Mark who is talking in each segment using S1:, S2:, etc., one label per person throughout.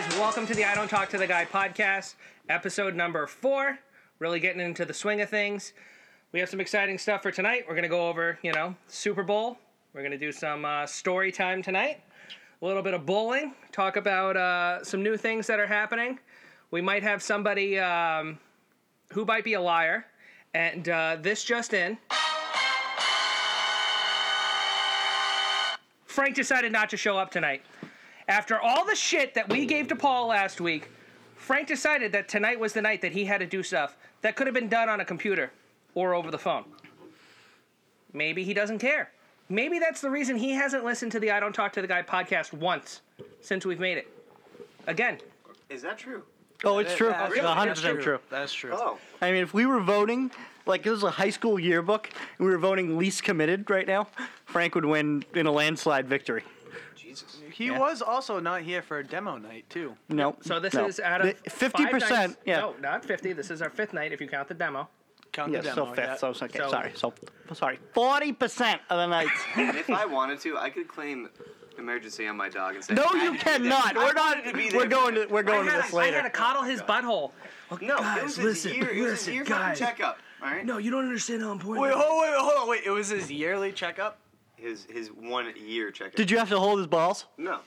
S1: the I Don't Talk to the Guy podcast, episode number four. Really getting into the swing of things. We have some exciting stuff for tonight. We're going to go over, you know, Super Bowl. We're going to do some uh, story time tonight, a little bit of bowling, talk about uh, some new things that are happening. We might have somebody um, who might be a liar. And uh, this just in. Frank decided not to show up tonight. After all the shit that we gave to Paul last week, Frank decided that tonight was the night that he had to do stuff that could have been done on a computer or over the phone. Maybe he doesn't care. Maybe that's the reason he hasn't listened to the I Don't Talk to the Guy podcast once since we've made it. Again,
S2: Is that true?
S3: Oh, it's true.
S4: That's
S3: It's
S4: really-
S3: 100%
S4: that's
S3: true.
S4: That's true.
S2: Oh,
S3: I mean, if we were voting, like it was a high school yearbook, and we were voting least committed right now, Frank would win in a landslide victory.
S2: Jesus.
S4: He was also not here for a demo night too.
S3: No.
S1: so this
S3: no.
S1: is out of
S3: The-
S1: five
S3: 50%.
S1: nights-
S3: yeah.
S1: No, not 50. This is our fifth night if you count the demo.
S4: Count
S3: Yeah,
S4: the
S3: so
S4: demo.
S3: fifth.
S4: yeah.
S3: So it's okay.
S1: So-
S3: sorry. So sorry. Forty percent of the nights.
S2: if I wanted to, I could claim emergency on my dog and say.
S3: no,
S2: I
S3: you
S2: needed to be
S3: cannot.
S2: there. I
S3: We're not.
S2: needed to be there
S3: We're
S2: for
S3: going
S2: that.
S3: to. We're going
S1: I
S3: to
S1: had,
S3: this
S1: a, I had
S3: later.
S1: to coddle his butthole.
S2: No, it was
S1: listen,
S2: his year. It was
S1: listen,
S2: his year fucking
S1: guys.
S2: checkup. All right.
S1: you don't understand how important.
S4: Wait, hold, wait, hold on. Wait, it was his yearly checkup.
S2: His his one year checkup.
S3: Did you have to hold his balls?
S2: No.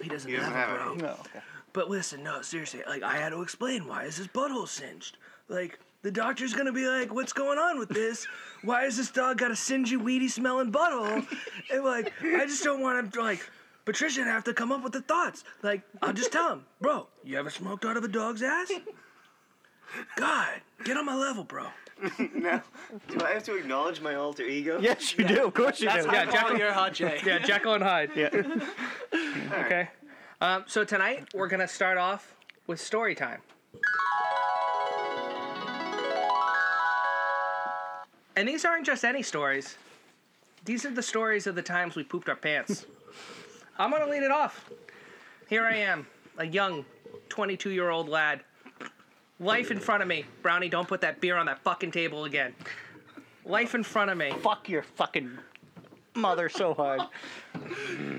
S1: He doesn't
S2: He doesn't have it.
S3: No.
S1: Oh,
S3: Okay.
S1: But listen, no, seriously, like I had to explain why is his butthole singed? Like the doctor's gonna be like, what's going on with this? Why is this dog got a singy, weedy smelling butthole? And like, I just don't want him to like Patricia to have to come up with the thoughts. Like, I'll just tell him, bro, you ever smoked out of a dog's ass? God, get on my level, bro.
S2: No. Do I have to acknowledge my alter ego?
S3: Yes, you do. Of course you do.
S4: That's
S3: Yeah.
S4: yeah, Jack, you're hot, Jay.
S1: Yeah, Jekyll and Hyde.
S3: yeah.
S1: Okay. Um, so tonight we're gonna start off with story time. And these aren't just any stories. These are the stories of the times we pooped our pants. I'm gonna lead it off. Here I am, a young 22 year old lad. Life in front of me. Brownie, don't put that beer on that fucking table again. Life in front of me.
S3: Fuck your fucking mother so hard.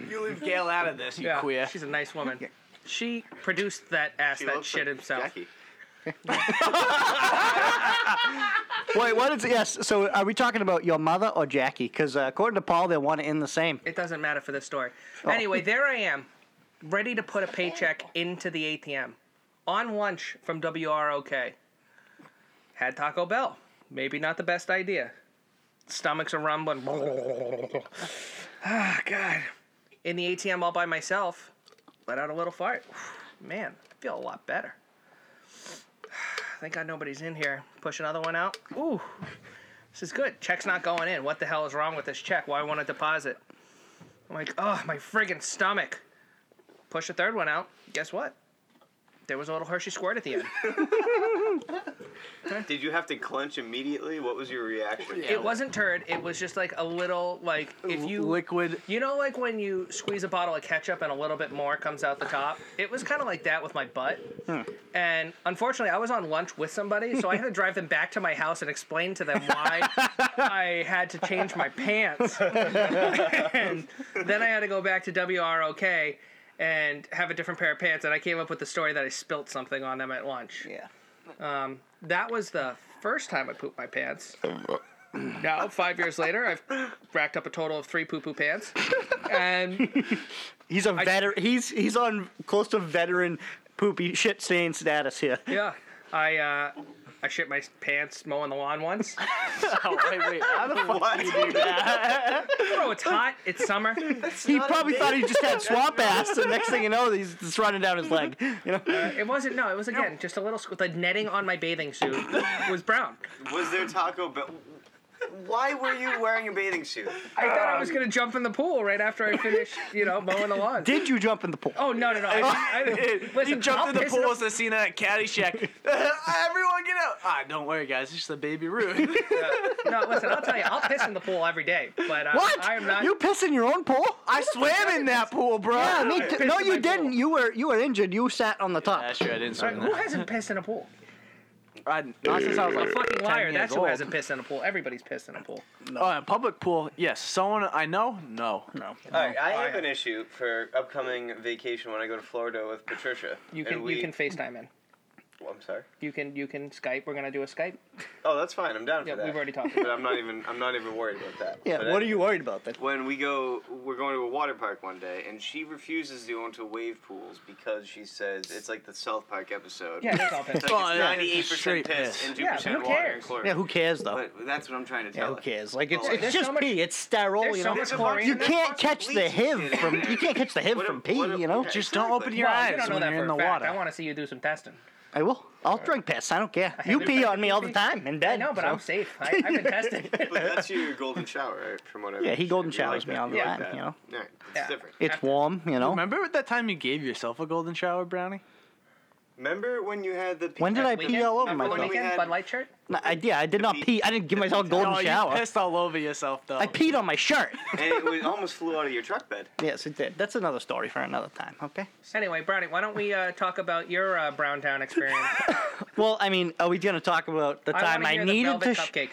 S4: You leave Gail out of this, you
S1: Yeah,
S4: queer.
S1: She's a nice woman. She produced that ass
S2: He
S1: that
S2: looks
S1: shit
S2: like
S1: himself.
S2: Jackie.
S3: Wait, what is yes? So are we talking about your mother or Jackie? Because uh, according to Paul, they're one in the same.
S1: It doesn't matter for this story. Anyway, there I am, ready to put a paycheck into the ATM. On lunch from WROK. Had Taco Bell. Maybe not the best idea. Stomachs are rumbling. ah, God. In the ATM all by myself, let out a little fart. Man, I feel a lot better. Thank God nobody's in here. Push another one out. Ooh, this is good. Check's not going in. What the hell is wrong with this check? Why won't it deposit? I'm like, oh, my friggin' stomach. Push a third one out. Guess what? There was a little Hershey squirt at the end.
S2: Did you have to clench immediately? What was your reaction?
S4: Yeah.
S1: it wasn't turd. It was just like a little, like if you
S4: Liquid.
S1: you know, like when you squeeze a bottle of ketchup and a little bit more comes out the top. It was kind of like that with my butt. And unfortunately, I was on lunch with somebody, so I had to drive them back to my house and explain to them why I had to change my pants. and then I had to go back to WROK and have a different pair of pants. And I came up with the story that I spilt something on them at lunch. Um,
S3: Yeah.
S1: That was the first time I pooped my pants. now, five years later, I've racked up a total of three poo poo pants. And
S3: He's a veteran. He's he's on close to veteran poopy shit stain status here.
S1: yeah, I uh, I shit my pants mowing the lawn once.
S4: Oh, wait, wait. How the fuck?
S2: What?
S1: Bro, it's hot. It's summer.
S3: He probably thought he just had swamp ass. The next thing you know, he's just running down his leg. You know.
S1: It wasn't. No, it was again just a little. squ- The netting on my bathing suit was brown.
S2: was there Taco Bell? Why were you wearing a bathing suit?
S1: I thought I was gonna jump in the pool right after I finished, you know, mowing the lawn.
S3: Did you jump in the pool?
S1: oh no no no! I, I, listen,
S4: he jumped
S1: I'll
S4: in the
S1: piss in
S4: pool as the scene at Caddyshack. Everyone get out! Ah, don't worry, guys. It's just a baby Ruth.
S1: No, listen, I'll tell you, I'll piss in the pool every day, but uh,
S3: What?
S1: I am not.
S3: You piss in your own pool?
S4: I swam in that pool, bro.
S3: yeah, Ah, me
S1: pissed
S3: too. No,
S1: in
S3: you
S1: my pool.
S3: didn't. You were you were injured. You sat on the top.
S4: That's true. I didn't swim in
S1: Who
S4: that.
S1: hasn't pissed in a pool?
S4: I, not since I was
S1: A
S4: like
S1: fucking
S4: 10
S1: liar.
S4: years
S1: That's who
S4: old.
S1: hasn't pissed in a pool. Everybody's pissed in a pool.
S4: Oh, a public pool. Yes. Someone I know. No.
S3: No.
S2: All right, I have
S1: Alright.
S2: an issue for upcoming vacation when I go to Florida with Patricia.
S1: You
S2: And
S1: can
S2: we-
S1: you can FaceTime in.
S2: Well, I'm sorry.
S1: You can you can Skype. We're gonna do a Skype.
S2: Oh, that's fine. I'm down
S1: Yeah,
S2: for that.
S1: we've already talked.
S2: But I'm not even. I'm not even worried about that.
S3: Yeah,
S2: But
S3: what
S2: I-
S3: are you worried about then?
S2: When we go, we're going to a water park one day, and she refuses to go into wave pools because she says it's like the South Park episode.
S1: Yeah, that's all pissed.
S2: It's
S4: Oh, yeah,
S2: ninety-eight
S4: it's a straight
S2: percent piss
S4: piss.
S2: and two
S1: Yeah,
S2: percent
S1: who
S2: water. and
S1: cares?
S2: chlorine.
S3: Yeah, who cares though?
S2: But that's what I'm trying to
S3: yeah,
S2: tell
S3: who
S2: her.
S3: cares? Like it's,
S2: Well,
S3: it's
S1: uh, there's
S3: just
S1: so much-
S3: pee. It's sterile,
S1: there's
S3: you
S1: so
S3: know.
S1: much
S2: a
S1: chlorine.
S3: you
S1: in there.
S3: can't catch the
S2: Leaky
S3: HIV
S2: shit
S3: from
S2: in there.
S3: you can't catch the HIV
S2: What a-
S3: from
S2: what
S3: pee,
S2: a-
S3: you know.
S2: okay.
S4: Just don't open your
S1: Well, you
S4: eyes
S1: don't know
S4: when
S1: that
S4: you're
S1: for
S4: in the
S1: a fact.
S4: water.
S1: I want to see you do some testing.
S3: I will. I'll drink piss. I don't care. You
S1: haven't
S3: pee
S1: been-
S3: on me all the time in bed.
S1: I know, but
S3: so-
S1: I'm safe. I, I've been tested.
S2: But that's your golden shower, right? From what I
S3: Yeah, he golden
S2: you like
S3: showers me
S2: that.
S3: all the
S2: You like
S3: time,
S2: that.
S3: you know?
S2: All right, it's
S1: Yeah.
S2: different.
S3: It's warm, you know.
S4: Remember that time you gave yourself a golden shower, Brownie?
S2: Remember when you had the?
S3: When did I pee all over
S1: Remember the
S2: We
S3: myself?
S1: weekend?
S2: had-
S1: Bud Light shirt.
S3: No, I, yeah, I did not
S2: pee-
S3: pee. I didn't give myself a golden
S4: oh,
S3: shower.
S4: you pissed all over yourself though.
S3: I peed on my shirt.
S2: And it was, almost flew out of your truck bed.
S3: yes, it did. That's another story for another time, okay?
S1: Anyway, Brownie, why don't we uh, talk about your uh, Brown Town experience?
S3: Well, I mean, are we going to talk about the time
S1: wanna
S3: I
S1: hear the
S3: needed
S1: velvet
S3: to. sh-
S1: cupcake.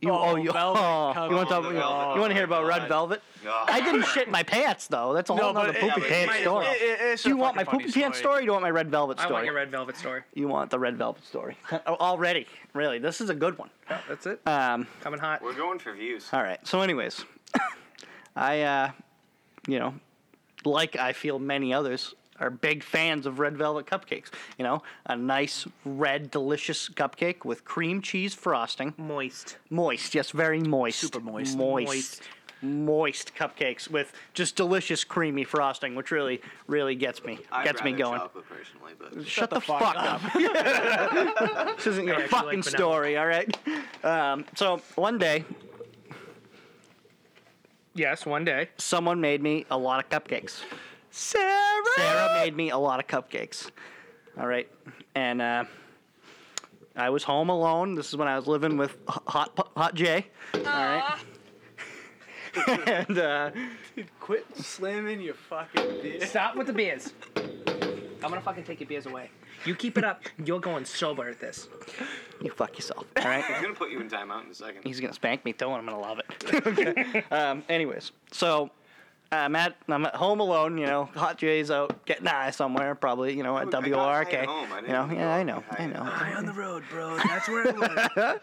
S3: you,
S4: Oh,
S3: oh, you,
S4: velvet
S3: oh,
S4: cup-
S3: you want to
S2: Oh,
S3: talk
S2: the
S3: about?
S2: velvet.
S3: you want to hear about Red
S2: God.
S3: Velvet?
S2: Oh.
S3: I didn't shit my pants though. That's a whole
S4: no,
S3: other
S4: but it-
S3: poopy
S4: it-
S3: pants
S4: it-
S3: story.
S4: it- it's
S3: Do you
S4: a
S3: want my
S4: fucking
S3: poopy
S4: funny
S3: pants story? Or do you want my Red Velvet
S1: I
S3: story?
S1: want your red velvet story.
S3: you want the Red Velvet story Oh, already? Really, this is a good one.
S1: Oh, that's it.
S3: Um,
S1: Coming hot.
S2: We're going for views.
S3: All right. So, anyways, I, uh, you know, like I feel many others are big fans of red velvet cupcakes. You know, a nice red, delicious cupcake with cream cheese frosting,
S1: Moist.
S3: moist, yes, very moist,
S4: Super moist.
S3: moist, moist cupcakes with just delicious, creamy frosting, which really, really gets me,
S2: I'd
S3: gets me
S2: rather
S3: going.
S2: Chocolate personally, but
S3: Shut, the, fuck, up. this isn't your
S1: actually like
S3: fucking
S1: banana.
S3: story, all right? Um, so one day,
S1: Yes, one day.
S3: someone made me a lot of cupcakes.
S4: Sarah.
S3: Sarah made me a lot of cupcakes. All right, and uh, I was home alone. This is when I was living with H- Hot P- Hot Jay. All right, and uh,
S4: Quit slamming your fucking beer.
S1: Stop with the beers. I'm gonna fucking take your beers away. You keep it up. You're going sober at this.
S3: you fuck yourself. All right,
S2: I'm gonna put you in timeout in a second.
S3: he's gonna spank me too, and I'm gonna love it. Okay. um, anyways, so. I'm at I'm at home alone, you know. Hot Jay's out getting high somewhere, probably, you know, at
S2: Dude, I got
S3: WRK.
S2: high at home. I
S3: You
S2: didn't
S3: know,
S2: even
S3: yeah,
S2: go
S3: I know,
S2: high
S3: I
S2: at
S3: know.
S2: home.
S5: Eye on the road, bro. That's where it was. I remember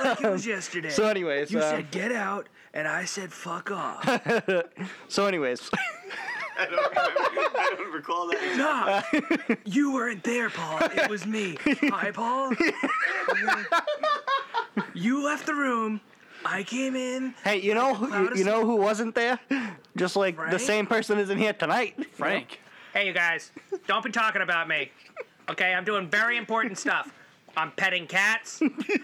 S5: it like it was yesterday.
S3: So, anyways,
S5: you
S3: uh,
S5: said get out, and I said fuck off.
S3: so anyways,
S2: I don't, remember- I don't recall that.
S5: Nah, you weren't there, Paul. It was me. Hi, Paul. you left the room. I came in.
S3: Hey, you know who you,
S5: Cloud
S3: you
S5: is-
S3: know who wasn't there? Just like the
S5: Frank?
S3: same person isn't here tonight.
S4: Frank.
S1: Hey, you guys. Don't be talking about me. Okay, I'm doing very important stuff. I'm petting cats.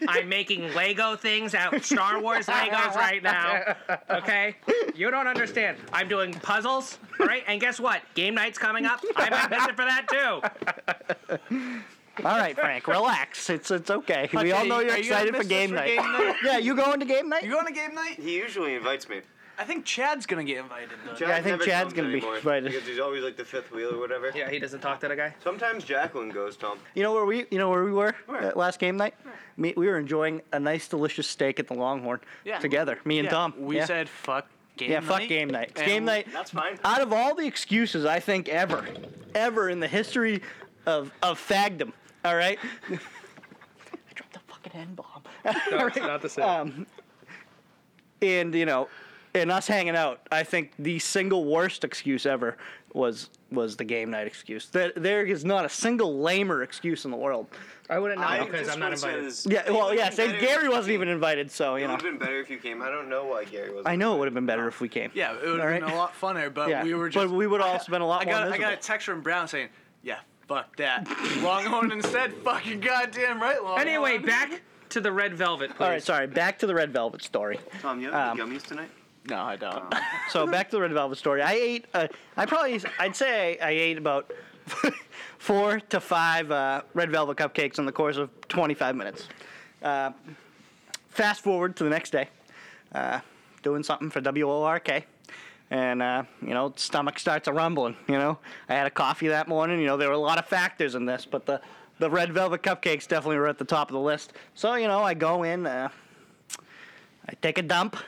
S1: I'm making Lego things out Star Wars Legos right now. Okay? You don't understand. I'm doing puzzles, all right? And guess what? Game night's coming up. I might miss it for that too.
S3: All right, Frank, relax. It's it's okay. We all know you're
S4: Are you gonna
S3: excited for
S4: miss
S3: game
S4: this
S3: night. yeah, you going to game night?
S4: You going to game night?
S2: He usually invites me.
S4: I think Chad's gonna get invited. Though.
S2: Chad
S3: Yeah, I think
S2: never
S3: Chad's
S2: comes
S3: gonna be
S2: anymore
S3: invited.
S2: because he's always like the fifth wheel or whatever.
S1: Yeah, he doesn't talk to the guy.
S2: Sometimes Jacqueline goes, Tom.
S3: You know where we you know where we were
S2: Where?
S3: at last game night? Me, we were enjoying a nice delicious steak at the Longhorn
S4: Yeah.
S3: together. Me and
S4: Yeah,
S3: Tom.
S4: We
S3: yeah.
S4: said fuck game
S3: yeah,
S4: night.
S3: fuck game night. It's
S4: and
S3: game night.
S2: That's fine.
S3: Out of all the excuses I think ever, ever in the history of of fagdom, all right? I dropped the fucking N bomb.
S1: not the same.
S3: and you know, and us hanging out, I think the single worst excuse ever was was the game night excuse. That there is not a single lamer excuse in the world.
S1: I wouldn't know because
S2: just
S1: I'm not
S2: wanna say
S1: invited.
S2: this-
S3: Yeah,
S2: it
S3: well,
S2: would've
S3: yeah,
S2: been
S3: same.
S2: better
S3: Gary
S2: if-
S3: wasn't even invited, so
S2: It would
S3: you know.
S2: have been better if you came. I don't know why Gary wasn't.
S3: I know it would have been better if we came.
S4: Yeah, it would have
S3: Alright.
S4: been a lot funner, but
S3: yeah.
S4: we were just.
S3: but we would have also been a lot
S4: I
S3: more
S4: got, I
S3: miserable.
S4: got a text from Brown saying, yeah, fuck that. Longhorn instead, fucking goddamn right, Longhorn.
S1: Anyway, back to the red velvet, please.
S3: All right, sorry. Back to the red velvet story.
S2: Tom, you have any
S3: Um,
S2: gummies tonight?
S4: No, I don't.
S3: So back to the red velvet story. I ate. Uh, I probably. I'd say I ate about four to five uh, red velvet cupcakes in the course of 25 minutes. Uh, fast forward to the next day, uh, doing something for WORK, and uh, you know stomach starts a rumbling. You know, I had a coffee that morning. You know, there were a lot of factors in this, but the the red velvet cupcakes definitely were at the top of the list. So you know, I go in, uh, I take a dump.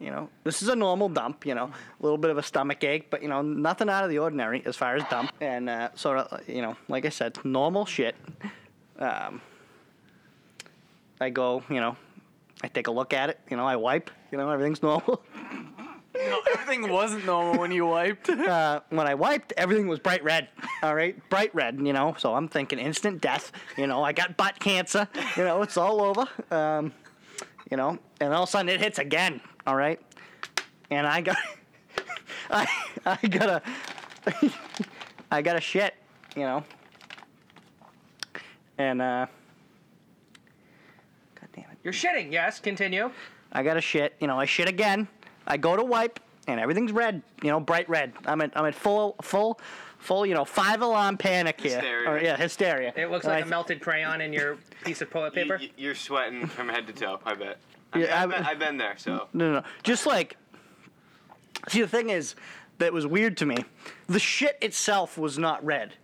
S3: You know, this is a normal dump. You know, a little bit of a stomach ache, but you know, nothing out of the ordinary as far as dump. And uh, sort of, you know, like I said, normal shit. Um, I go, you know, I take a look at it. You know, I wipe. You know, everything's normal.
S4: No, everything wasn't normal when you wiped.
S3: uh, when I wiped, everything was bright red. All right, bright red. You know, so I'm thinking instant death. You know, I got butt cancer. You know, it's all over. Um, you know, and all of a sudden it hits again. All right, and I got, I, I got a, I got a shit. You know, and uh, God damn it.
S1: You're shitting. Yes. Continue.
S3: I gotta shit. You know, I shit again. I go to wipe, and everything's red. You know, bright red. I'm at I'm at full full full. You know, five alarm panic here.
S2: Hysteria.
S3: Or, yeah, hysteria.
S1: It looks
S3: And
S1: like
S3: I-
S1: a melted crayon in your piece of toilet
S2: You,
S1: paper.
S2: you- you're sweating from head to toe. I bet. I mean,
S3: Yeah,
S2: I've,
S3: I-
S2: been, I've been there, so
S3: No, no, no. Just like. See, the thing is, that was weird to me. The shit itself was not red.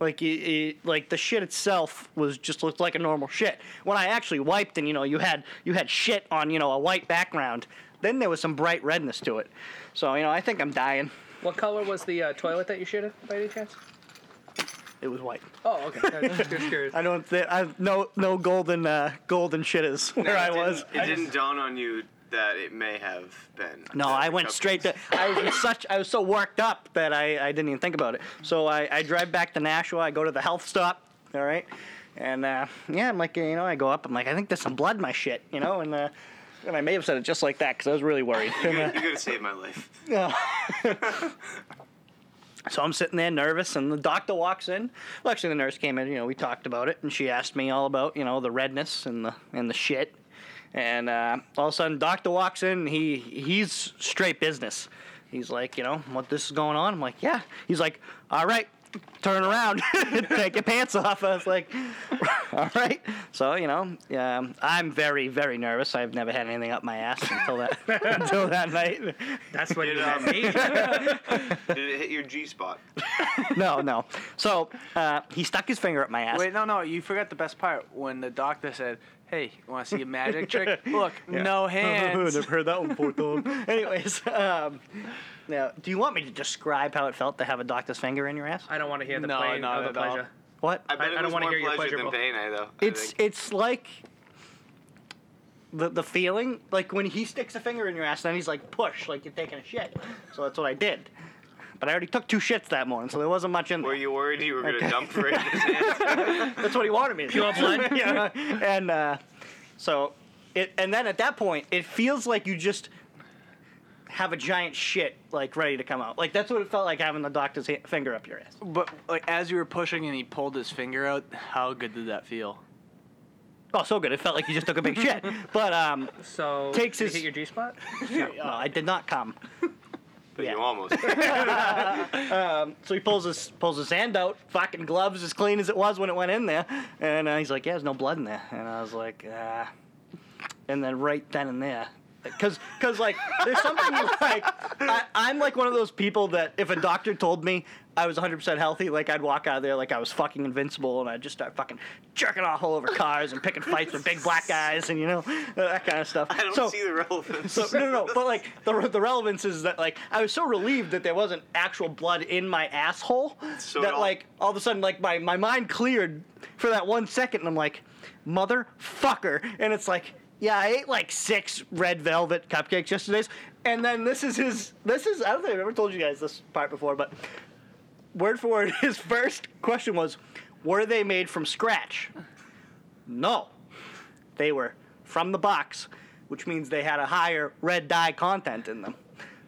S3: Like, you- you like the shit itself was just looked like a normal shit. When I actually wiped, and you know, you had you had shit on you know a white background. Then there was some bright redness to it. So you know, I think I'm dying.
S1: What color was the uh, toilet that you shit in, by any chance?
S3: It was white.
S1: Oh, okay. I was just curious.
S3: I don't think I no no golden uh, golden shit is where
S2: No, it
S3: I
S2: didn't-
S3: was.
S2: It didn't dawn on you that it may have been.
S3: No,
S2: the
S3: I went
S2: cupcakes.
S3: straight to. I was in such. I was so worked up that I, I didn't even think about it. So I, I drive back to Nashua. I go to the health stop. All right, and uh, yeah, I'm like you know I go up. I'm like I think there's some blood in my shit. You know, and uh, and I may have said it just like that because I was really worried.
S2: You could have saved my life.
S3: So I'm sitting there nervous, and the doctor walks in. Well, actually, the nurse came in. You know, we talked about it, and she asked me all about you know the redness and the and the shit. And uh, all of a sudden, doctor walks in. and He he's straight business. He's like, you know, what this is going on? I'm like, yeah. He's like, all right, turn around, take your pants off. I was like, all right. So you know, um, I'm very very nervous. I've never had anything up my ass until that until that night.
S1: That's what you
S2: Did,
S1: met
S2: um,
S1: me.
S2: Did it hit your G spot?
S3: No, no. So uh, he stuck his finger up my ass.
S4: Wait, no, no, you forgot the best part when the doctor said, "Hey, you want to see a magic trick? Look, no hands."
S3: Never heard that one before, Tom. Anyways, um, now, do you want me to describe how it felt to have a doctor's finger in your ass?
S1: I don't want to hear the
S4: No,
S1: plane
S4: not
S1: of the
S4: at all.
S1: pleasure.
S3: What?
S2: I bet
S1: I- I
S2: it
S1: don't
S2: was
S1: wanna
S2: more
S1: hear your
S2: pleasure than
S1: pleasurable.
S2: pain. I though. I
S3: It's
S2: think.
S3: it's like the the feeling like when he sticks a finger in your ass, then he's like push, like you're taking a shit. So that's what I did. But I already took two shits that morning, so there wasn't much in there.
S2: Were you worried you were gonna dump for it? in his hands?
S3: That's what he wanted me to do.
S1: blood?
S3: yeah. And uh, so, it, and then at that point, it feels like you just have a giant shit like ready to come out. Like that's what it felt like having the doctor's ha- finger up your ass.
S4: But like as you were pushing and he pulled his finger out, how good did that feel?
S3: Oh, so good. It felt like you just took a big shit. But um,
S1: So
S3: Takes
S1: did
S3: his-
S1: it hit your G spot.
S3: no, no, I did not come.
S2: But
S3: Yeah.
S2: You almost.
S3: So he pulls his pulls his hand out, fucking gloves as clean as it was when it went in there, and uh, he's like, "Yeah, there's no blood in there," and I was like, "Ah," and then right then and there, because because like there's something like I, I'm like one of those people that if a doctor told me I was 100% healthy, like I'd walk out of there like I was fucking invincible, and I'd just start fucking jerking off all over cars and picking fights with big black guys and you know that kind of stuff.
S2: I don't
S3: so,
S2: see the relevance.
S3: so no, no, no. But like the re- the relevance is that like I was so relieved that there wasn't actual blood in my asshole
S2: So
S3: that
S2: it all-
S3: like all of a sudden like my my mind cleared for that one second and I'm like, motherfucker, and it's like. Yeah, I ate like six red velvet cupcakes yesterday, and then this is his. This is I don't think I've ever told you guys this part before, but word for word, his first question was, "Were they made from scratch?" No, they were from the box, which means they had a higher red dye content in them.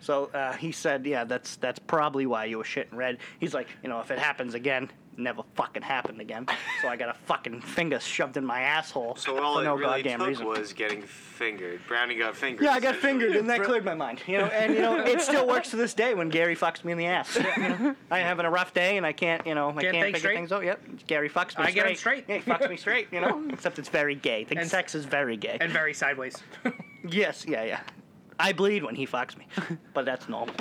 S3: So uh, he said, "Yeah, that's that's probably why you were shitting red." He's like, "You know, if it happens again, never fucking happened again." So I got a fucking finger shoved in my asshole
S2: So all
S3: for
S2: it
S3: Oh, no
S2: really
S3: goddamn
S2: took
S3: reason.
S2: was getting fingered. Brownie got fingered.
S3: yeah, I got fingered, and that cleared my mind. You know, and you know, it still works to this day when Gary fucks me in the ass. You know, I'm having a rough day, and I can't, you know, I
S1: Get things
S3: can't figure
S1: straight?
S3: things out. Yep, Gary fucks me.
S1: I
S3: straight.
S1: get 'em straight.
S3: Yeah, he fucks me straight. You know, except it's very gay. The
S1: And-
S3: sex is very gay.
S1: and very sideways.
S3: Yes, yeah, yeah. I bleed when he fucks me, but that's normal.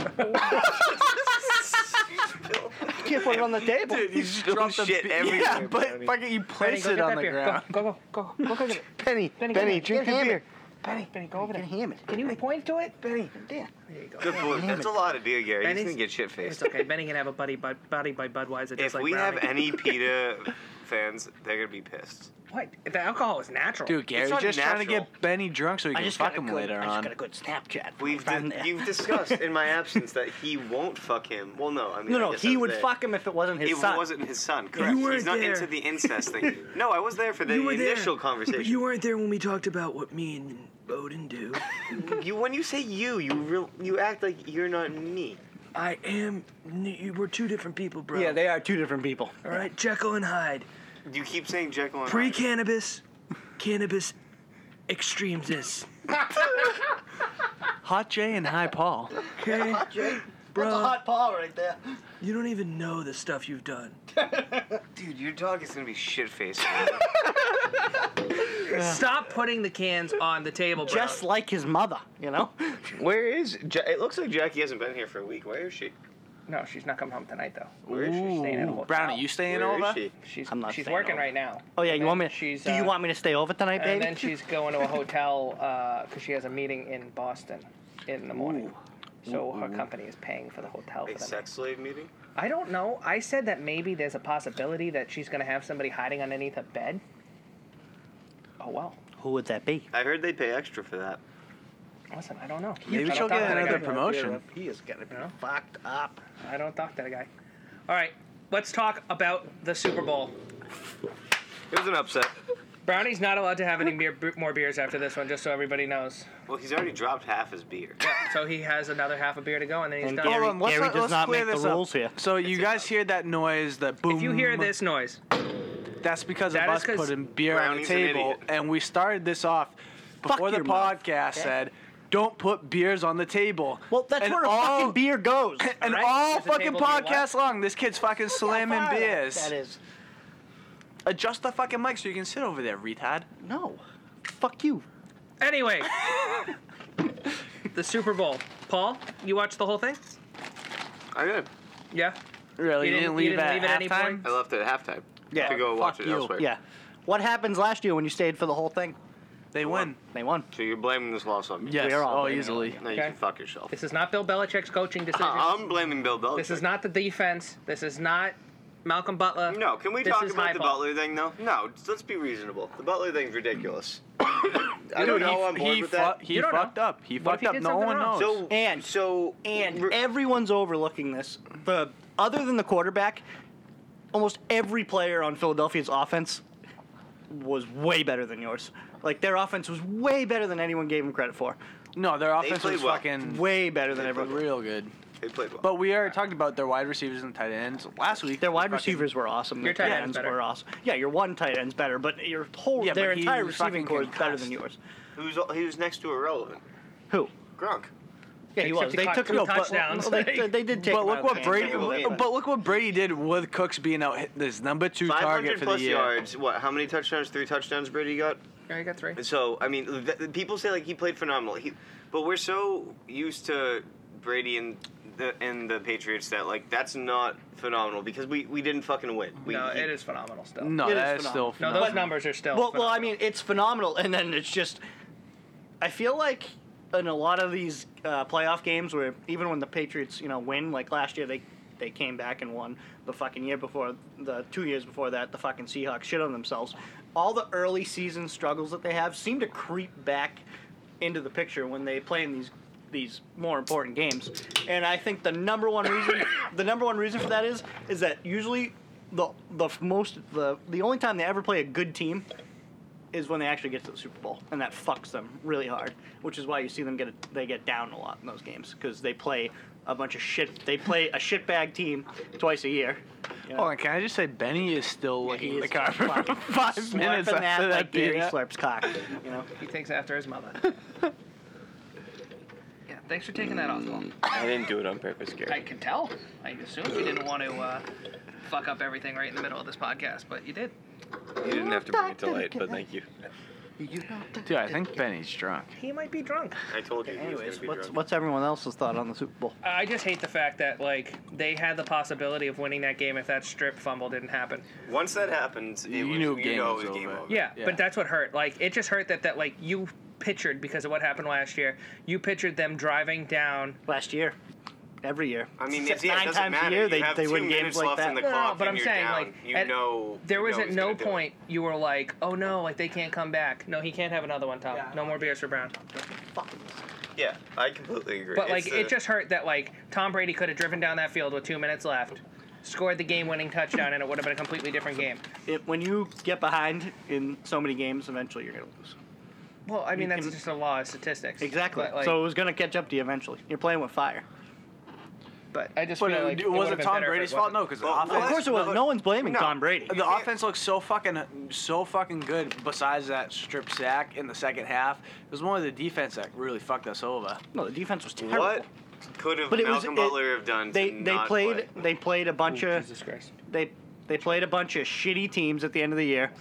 S3: can't put it on the table.
S4: Dude, you just
S2: Spilled
S4: dropped the
S2: shit
S4: beer.
S2: everywhere,
S4: Yeah, but
S2: Brody.
S4: fucking you place it on the ground.
S1: Go, go, go, go, go, go get it.
S3: Penny, Penny,
S1: Benny, get it.
S3: drink
S1: Get
S3: your
S1: hammered.
S3: beer.
S1: Benny, Benny, go over
S3: Get
S1: there.
S3: hammered.
S1: Can you point to it?
S3: Benny, Dan.
S1: There you go.
S2: Good boy. That's a lot of beer, Gary. He's
S1: Benny's-
S2: gonna get shit
S1: It's
S2: faced.
S1: okay. Benny can have a buddy by buddy by Budweiser. Just
S2: If
S1: like
S2: we have
S1: Brownie.
S2: any PETA fans, they're gonna be pissed.
S1: what? The alcohol is natural.
S4: Dude, Gary's
S2: not
S4: just trying to
S2: natural.
S4: get Benny drunk so he
S3: I
S4: can
S3: just
S4: fuck
S3: got a
S4: him
S3: good,
S4: later
S3: I just got
S4: on.
S3: a good Snapchat.
S2: We've
S3: from
S2: di-
S3: there.
S2: you've discussed in my absence that he won't fuck him. Well, no, I mean
S3: no,
S2: I
S3: no,
S2: guess
S3: he
S2: I was
S3: would
S2: there.
S3: fuck him if it wasn't his
S2: It
S3: son.
S2: wasn't his son, correct?
S5: weren't
S2: He's not
S5: there.
S2: into the incest thing. No, I was there for the
S5: You were there,
S2: initial conversation.
S5: But you weren't there when we talked about what me and Odin do.
S2: You when you say you, you real you act like you're not me.
S5: I am. You were two different people, bro.
S3: Yeah, they are two different people.
S5: All right, Jekyll and Hyde.
S2: You keep saying Jekyll and
S5: Pre
S2: Hyde.
S5: cannabis, cannabis extremes this.
S4: Hot J and High Paul.
S5: Okay?
S3: That's a hot paw right there.
S5: You don't even know the stuff you've done.
S2: Dude, your dog is gonna be shit faced.
S1: Stop putting the cans on the table, bro.
S3: Just like his mother, you know?
S2: Where is? Ja- it looks like Jackie hasn't been here for a week. Where is she?
S1: no, she's not coming home tonight though.
S2: Where is she?
S1: Staying at a hotel.
S4: Brownie, you staying
S2: Where is
S4: over?
S2: she?
S1: She's
S3: I'm not
S1: she's
S3: staying
S1: working
S3: over.
S1: right now.
S3: Oh, yeah, you
S1: And
S3: want me to.
S1: She's,
S3: do you
S1: uh,
S3: want me to stay over tonight,
S1: And
S3: baby?
S1: then she's going to a hotel because she has a meeting in Boston in the morning. So her
S4: Mm-hmm.
S1: company is paying for the hotel.
S2: A
S1: For the night.
S2: sex slave meeting?
S1: I don't know. I said that maybe there's a possibility that she's going to have somebody hiding underneath a bed. Oh well.
S3: Who would that be?
S2: I heard they pay extra for that.
S1: Listen, I don't know.
S4: Maybe
S1: I don't
S4: she'll
S1: talk
S4: get
S1: to that
S4: another
S1: guy.
S4: promotion.
S3: He is gonna be
S1: No.
S3: fucked up.
S1: I don't talk to that guy. All right, let's talk about the Super Bowl.
S2: It was an upset.
S1: Brownie's not allowed to have any beer, more beers after this one, just so everybody knows.
S2: Well, he's already dropped half his beer.
S1: So he has another half a beer to go, and then he's
S3: And
S1: done.
S3: Gary-
S4: Hold on, let's,
S3: Gary
S4: not,
S3: does
S4: let's
S3: not
S4: clear
S3: make the
S4: this up.
S3: rules here.
S4: So you guys hear that noise, that boom.
S1: if you hear this noise,
S4: that's because
S1: That
S4: of
S1: is
S4: us
S1: 'cause
S4: putting beer on the
S2: Brownie's an
S4: table,
S2: idiot.
S4: and we started this off before the
S3: your mouth,
S4: podcast said, "Don't put beers on the table."
S3: Well, that's
S4: and
S3: where a
S4: all,
S3: fucking beer goes.
S4: And
S1: Right?
S4: all
S1: Does the
S4: fucking
S1: table do what?
S4: podcast long, this kid's fucking slamming
S3: Fire that.
S4: beers.
S3: That is.
S4: Adjust the fucking mic so you can sit over there, retard.
S3: No. Fuck you.
S1: anyway, the Super Bowl. Paul, you watched the whole thing?
S2: I did.
S1: Yeah.
S4: Really?
S1: You
S4: You, didn't
S1: didn't- you
S4: leave
S1: didn't
S4: at
S1: leave at any
S4: halftime?
S1: point?
S2: I left it at halftime.
S3: Yeah,
S2: To go watch
S4: fuck
S2: it
S4: you.
S2: elsewhere.
S3: Yeah. What happens last year when you stayed for the whole thing?
S4: They win.
S3: They won.
S2: So you're blaming this loss on me?
S4: Yes.
S3: are all
S4: oh,
S3: blaming
S4: easily.
S2: No, you
S1: Okay.
S2: can fuck yourself.
S1: This is not Bill Belichick's coaching decision.
S2: I- I'm blaming Bill Belichick.
S1: this is not the defense. This is not Malcolm Butler.
S2: No, can we
S1: This
S2: talk
S1: is
S2: about the
S1: highball.
S2: Butler thing though? No, let's be reasonable. The Butler thing's ridiculous. I
S4: Dude,
S2: don't know.
S4: he,
S2: I'm bored
S4: he
S2: with
S4: fu-
S2: that.
S4: He
S1: You don't
S4: fucked
S1: know.
S4: up. He
S1: What if
S4: fucked
S1: he
S4: up.
S1: did
S4: No
S1: something
S4: one
S1: wrong?
S4: knows.
S2: So
S3: And-
S2: so
S3: And
S2: re-
S3: everyone's overlooking this. The other than the quarterback, almost every player on Philadelphia's offense was way better than yours. Like their offense was way better than anyone gave them credit for.
S4: no, their offense
S2: played
S4: was
S2: well.
S4: fucking
S3: Way better than everyone.
S4: real good.
S2: they played well.
S4: But we already talked about their wide receivers and tight ends last week.
S3: Their wide
S4: Fucking-
S3: receivers were awesome. Their
S1: Your tight
S3: tight
S1: end's
S3: ends
S1: better.
S3: were awesome. Yeah, your one tight end's better, but your whole
S4: Yeah,
S3: their
S4: but he
S3: entire
S4: was fucking
S3: receiving core is better than
S4: concussed.
S3: yours.
S2: who's he was next to irrelevant?
S3: Who?
S2: Gronk.
S3: Yeah, he
S1: Except
S3: was.
S1: he
S3: They
S1: caught
S3: took
S1: two
S3: him, but-
S1: touchdowns.
S3: well, they, they did take.
S4: But
S3: him out
S4: look
S3: of the
S4: what
S3: game.
S4: Brady.
S2: game, I believe.
S4: But look what Brady did with Cooks being out hit this number two target for
S2: 500
S4: the
S2: plus
S4: year.
S2: yards. What? How many touchdowns? Three touchdowns. Brady got.
S1: Yeah, you Oh, got three.
S2: And so I mean, th- th- people say like he played phenomenal. He, but we're so used to Brady and the and the Patriots that like that's not phenomenal because we we didn't fucking win. We,
S1: No,
S2: he-
S1: it is phenomenal still.
S4: No,
S3: It is
S4: that is still
S3: phenomenal.
S1: No,
S4: phenomenal.
S1: those numbers are still.
S3: Well, well, I
S1: phenomenal.
S3: mean, it's phenomenal, and then it's just. I feel like in a lot of these uh, playoff games, where even when the Patriots, you know, win, like last year, they they came back and won the fucking year before, the two years before that, the fucking Seahawks shit on themselves. All the early season struggles that they have seem to creep back into the picture when they play in these these more important games. And I think the number one reason the number one reason for that is is that usually the the most the the only time they ever play a good team is when they actually get to the Super Bowl, and that fucks them really hard. Which is why you see them get they get down a lot in those games because they play a bunch of shit. They play a shitbag team twice a year. you know.
S4: Hold on, can I just say Benny is still
S3: He
S4: licking the
S3: is
S4: carpet for
S3: fucking
S4: five
S3: slurping
S4: minutes
S3: that
S4: after
S3: like
S4: that
S3: Gary
S4: beer?
S3: slurps cock. You know,
S1: he takes after his mother. yeah, thanks for taking that off, Paul.
S2: I didn't do it on purpose,
S1: I
S2: Gary.
S1: can tell. I assume you didn't want to uh, fuck up everything right in the middle of this podcast, but you did.
S2: You didn't have to bring it to light, but thank you.
S3: You know,
S4: Dude, I think Benny's drunk.
S1: He might be drunk.
S2: I told you. he was
S1: Anyways,
S2: gonna be
S3: what's
S2: drunk.
S3: what's everyone else's thought on the Super Bowl?
S1: I just hate the fact that like they had the possibility of winning that game if that strip fumble didn't happen.
S2: Once that happens, it
S4: You
S2: was,
S4: knew
S2: you
S4: game
S2: know
S4: was
S2: it was game
S4: over.
S2: over.
S1: Yeah,
S4: Yeah.
S1: but that's what hurt. Like it just hurt that that like you pictured because of what happened last year. You pictured them driving down.
S3: Last year, every year.
S2: I mean,
S3: Six,
S2: it's, yeah,
S3: nine
S2: it doesn't
S3: times a
S2: matter.
S3: year
S2: you
S3: they-
S2: have
S3: they
S2: two
S3: win games
S2: minutes
S3: like
S2: left
S3: that.
S2: in the
S1: No, no,
S2: clock,
S1: but
S2: and
S1: I'm
S2: you're
S1: saying
S2: down.
S1: like
S2: you
S1: at-
S2: know,
S1: there
S2: you know
S1: was at
S2: "Oh, he's
S1: no
S2: gonna do it.
S1: point you were like, oh no, like they can't come back. No, he can't have another one, Tom. no more beers for Brown.
S2: Yeah, I completely agree.
S1: But
S2: It's
S1: like
S2: the-
S1: it just hurt that like Tom Brady could have driven down that field with two minutes left, scored the game-winning touchdown, and it would have been a completely different game.
S3: It, when you get behind in so many games, eventually you're gonna lose.
S1: Well, I mean that's
S3: can-
S1: just a law of statistics.
S3: Exactly.
S1: But, like,
S3: so it was gonna catch up to you eventually. You're playing with fire.
S1: but I just
S4: But
S1: feel
S4: it,
S1: like
S4: it wasn't Tom Brady's fault, no, because the
S2: Well,
S4: offense.
S3: Of course it was. No one's blaming
S2: No.
S3: Tom Brady.
S4: The offense looked so fucking so fucking good. Besides that strip sack in the second half, it was more the defense that really fucked us over.
S3: No, the defense was terrible.
S2: What could have
S3: But it was-
S2: Malcolm
S3: it-
S2: Butler have done? to
S3: They they
S2: not
S3: played
S2: play?
S3: they played a bunch of
S1: Jesus Christ.
S3: they they played a bunch of shitty teams at the end of the year,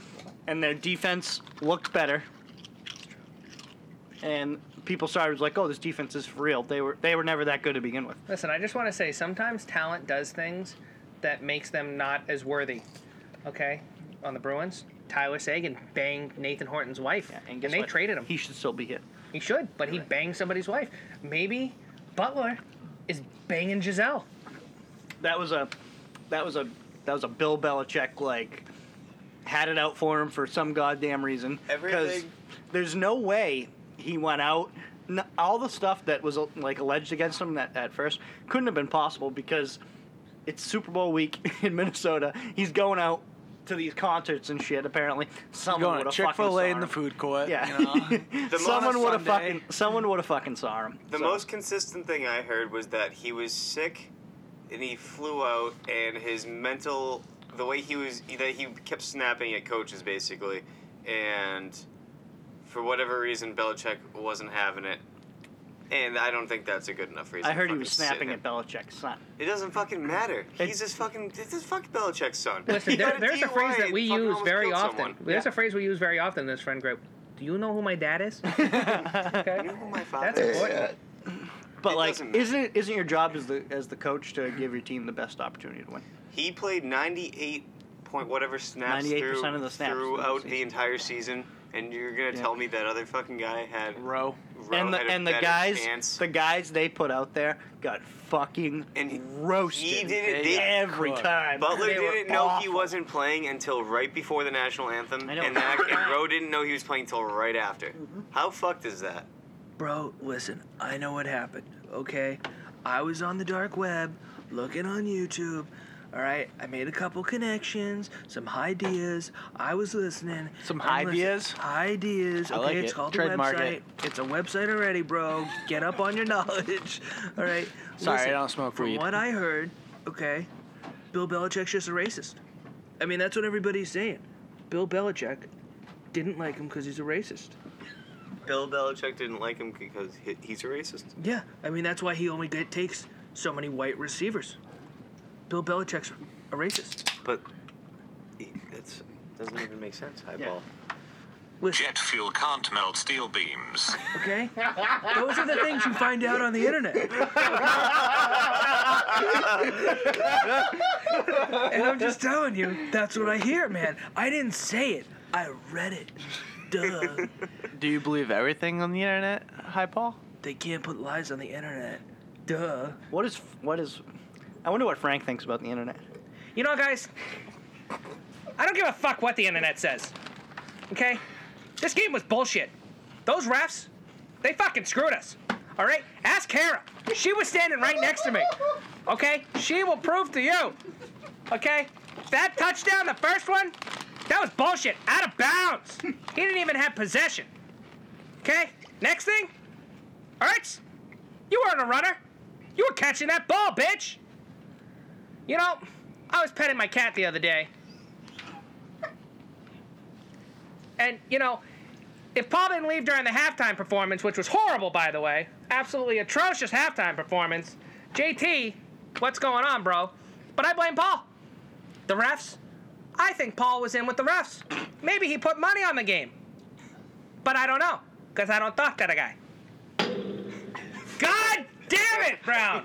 S3: and their defense looked better. And people started like, "Oh, this defense is for real." They were they were never that good to begin with.
S1: Listen, I just want to say sometimes talent does things that makes them not as worthy. Okay, on the Bruins, Tyler Sagan banged Nathan Horton's wife, and,
S3: guess
S1: they
S3: what?
S1: traded him.
S3: He
S1: He,
S3: should still be here.
S1: should, but he banged somebody's wife. Maybe Butler is banging Giselle.
S3: That was a that was a that was a Bill Belichick like had it out for him for some goddamn reason. 'Cause
S2: Everything-
S3: There's no way he went out. n all the stuff that was like alleged against him that, at first couldn't have been possible because it's Super Bowl week in Minnesota. He's going out to these concerts and shit. Apparently, someone
S4: Going
S3: would
S4: to
S3: have
S4: Chick
S3: Oh, fucking
S4: Fil
S3: saw
S4: A in the
S3: him.
S4: food court.
S3: Yeah,
S4: you know?
S2: The
S3: someone
S2: most-
S3: would have
S4: Sunday.
S3: fucking someone would have fucking saw him.
S2: The
S3: So,
S2: most consistent thing I heard was that he was sick, and he flew out, and his mental, the way he was, that he kept snapping at coaches basically, and for whatever reason, Belichick wasn't having it, and I don't think that's a good enough reason. to
S3: I heard he
S2: fucking
S3: was
S2: sit
S3: snapping
S2: him.
S3: at Belichick's son.
S2: It doesn't fucking matter.
S3: It-
S2: He's his fucking. This is fuck Belichick's son.
S1: Listen,
S2: He
S1: there,
S2: got
S1: there's a
S2: DUI
S1: phrase that
S2: and
S1: we
S2: fucking
S1: use
S2: almost
S1: very
S2: killed
S1: often.
S2: someone.
S1: There's
S3: Yeah.
S1: a phrase we use very often in this friend group. Do you know who my dad is?
S2: You know
S1: okay,
S2: who my father
S1: that's
S2: is?
S1: important.
S3: But
S2: It
S3: like,
S2: doesn't matter.
S3: isn't it isn't your job as the as the coach to give your team the best opportunity to win?
S2: He played 98 point whatever snaps
S3: 98%
S2: through,
S3: of the snaps
S2: throughout
S3: through the
S2: the entire season, and you're gonna
S3: Yeah.
S2: tell me that other fucking guy had
S4: Row.
S2: Rowe
S3: and the
S2: had a
S3: and the
S2: better
S3: guys
S2: chance.
S3: the guys they put out there got fucking
S2: And he-
S3: roasted
S2: he didn't- they-
S3: every
S4: Cook.
S3: time.
S2: Butler
S3: They were
S2: didn't know he
S3: awful.
S2: wasn't playing until right before the national anthem,
S3: I know. Mm-hmm.
S2: and, that, and Rowe didn't know he was playing until right after. How fucked is that?
S5: Bro, listen, I know what happened, okay? I was on the dark web, looking on YouTube, alright? I made a couple connections, some ideas. I was listening.
S4: Some
S5: I'm listen-
S4: ideas?
S5: ideas.
S4: I
S5: okay,
S4: like
S5: it's
S4: it.
S5: called
S4: Trademark
S5: a website.
S4: it.
S5: It's a website already, bro. Get up on your knowledge, alright?
S4: Sorry, I don't smoke
S5: From
S4: weed.
S5: what I heard, okay, Bill Belichick's just a racist. I mean, that's what everybody's saying. Bill Belichick didn't like him because he's a racist.
S2: Bill Belichick didn't like him because he, he's a racist.
S5: Yeah, I mean that's why he only get, takes so many white receivers. Bill Belichick's a racist.
S2: But he, that's doesn't even make sense. Highball.
S5: Listen,
S6: Jet fuel can't melt steel beams.
S5: okay? Those are the things you find out on the internet. and I'm just telling you, that's what I hear, man. I didn't say it. I read it. Duh.
S4: Do you believe everything on the internet, Hi Paul?
S5: They can't put lies on the internet. Duh.
S3: What is what is? I wonder what Frank thinks about the internet.
S1: You know, guys, I don't give a fuck what the internet says. Okay? This game was bullshit. Those refs, they fucking screwed us. All right? Ask Kara. She was standing right next to me. Okay? She will prove to you. Okay? That touchdown, the first one, that was bullshit. Out of bounds. He didn't even have possession. Okay? Next thing, Ertz, you weren't a runner. You were catching that ball, bitch. You know, I was petting my cat the other day. And, you know, if Paul didn't leave during the halftime performance, which was horrible, by the way, absolutely atrocious halftime performance, JT, what's going on, bro? But I blame Paul. The refs? I think Paul was in with the refs. Maybe he put money on the game. But I don't know, because I don't talk to the guy. God damn it, Brown!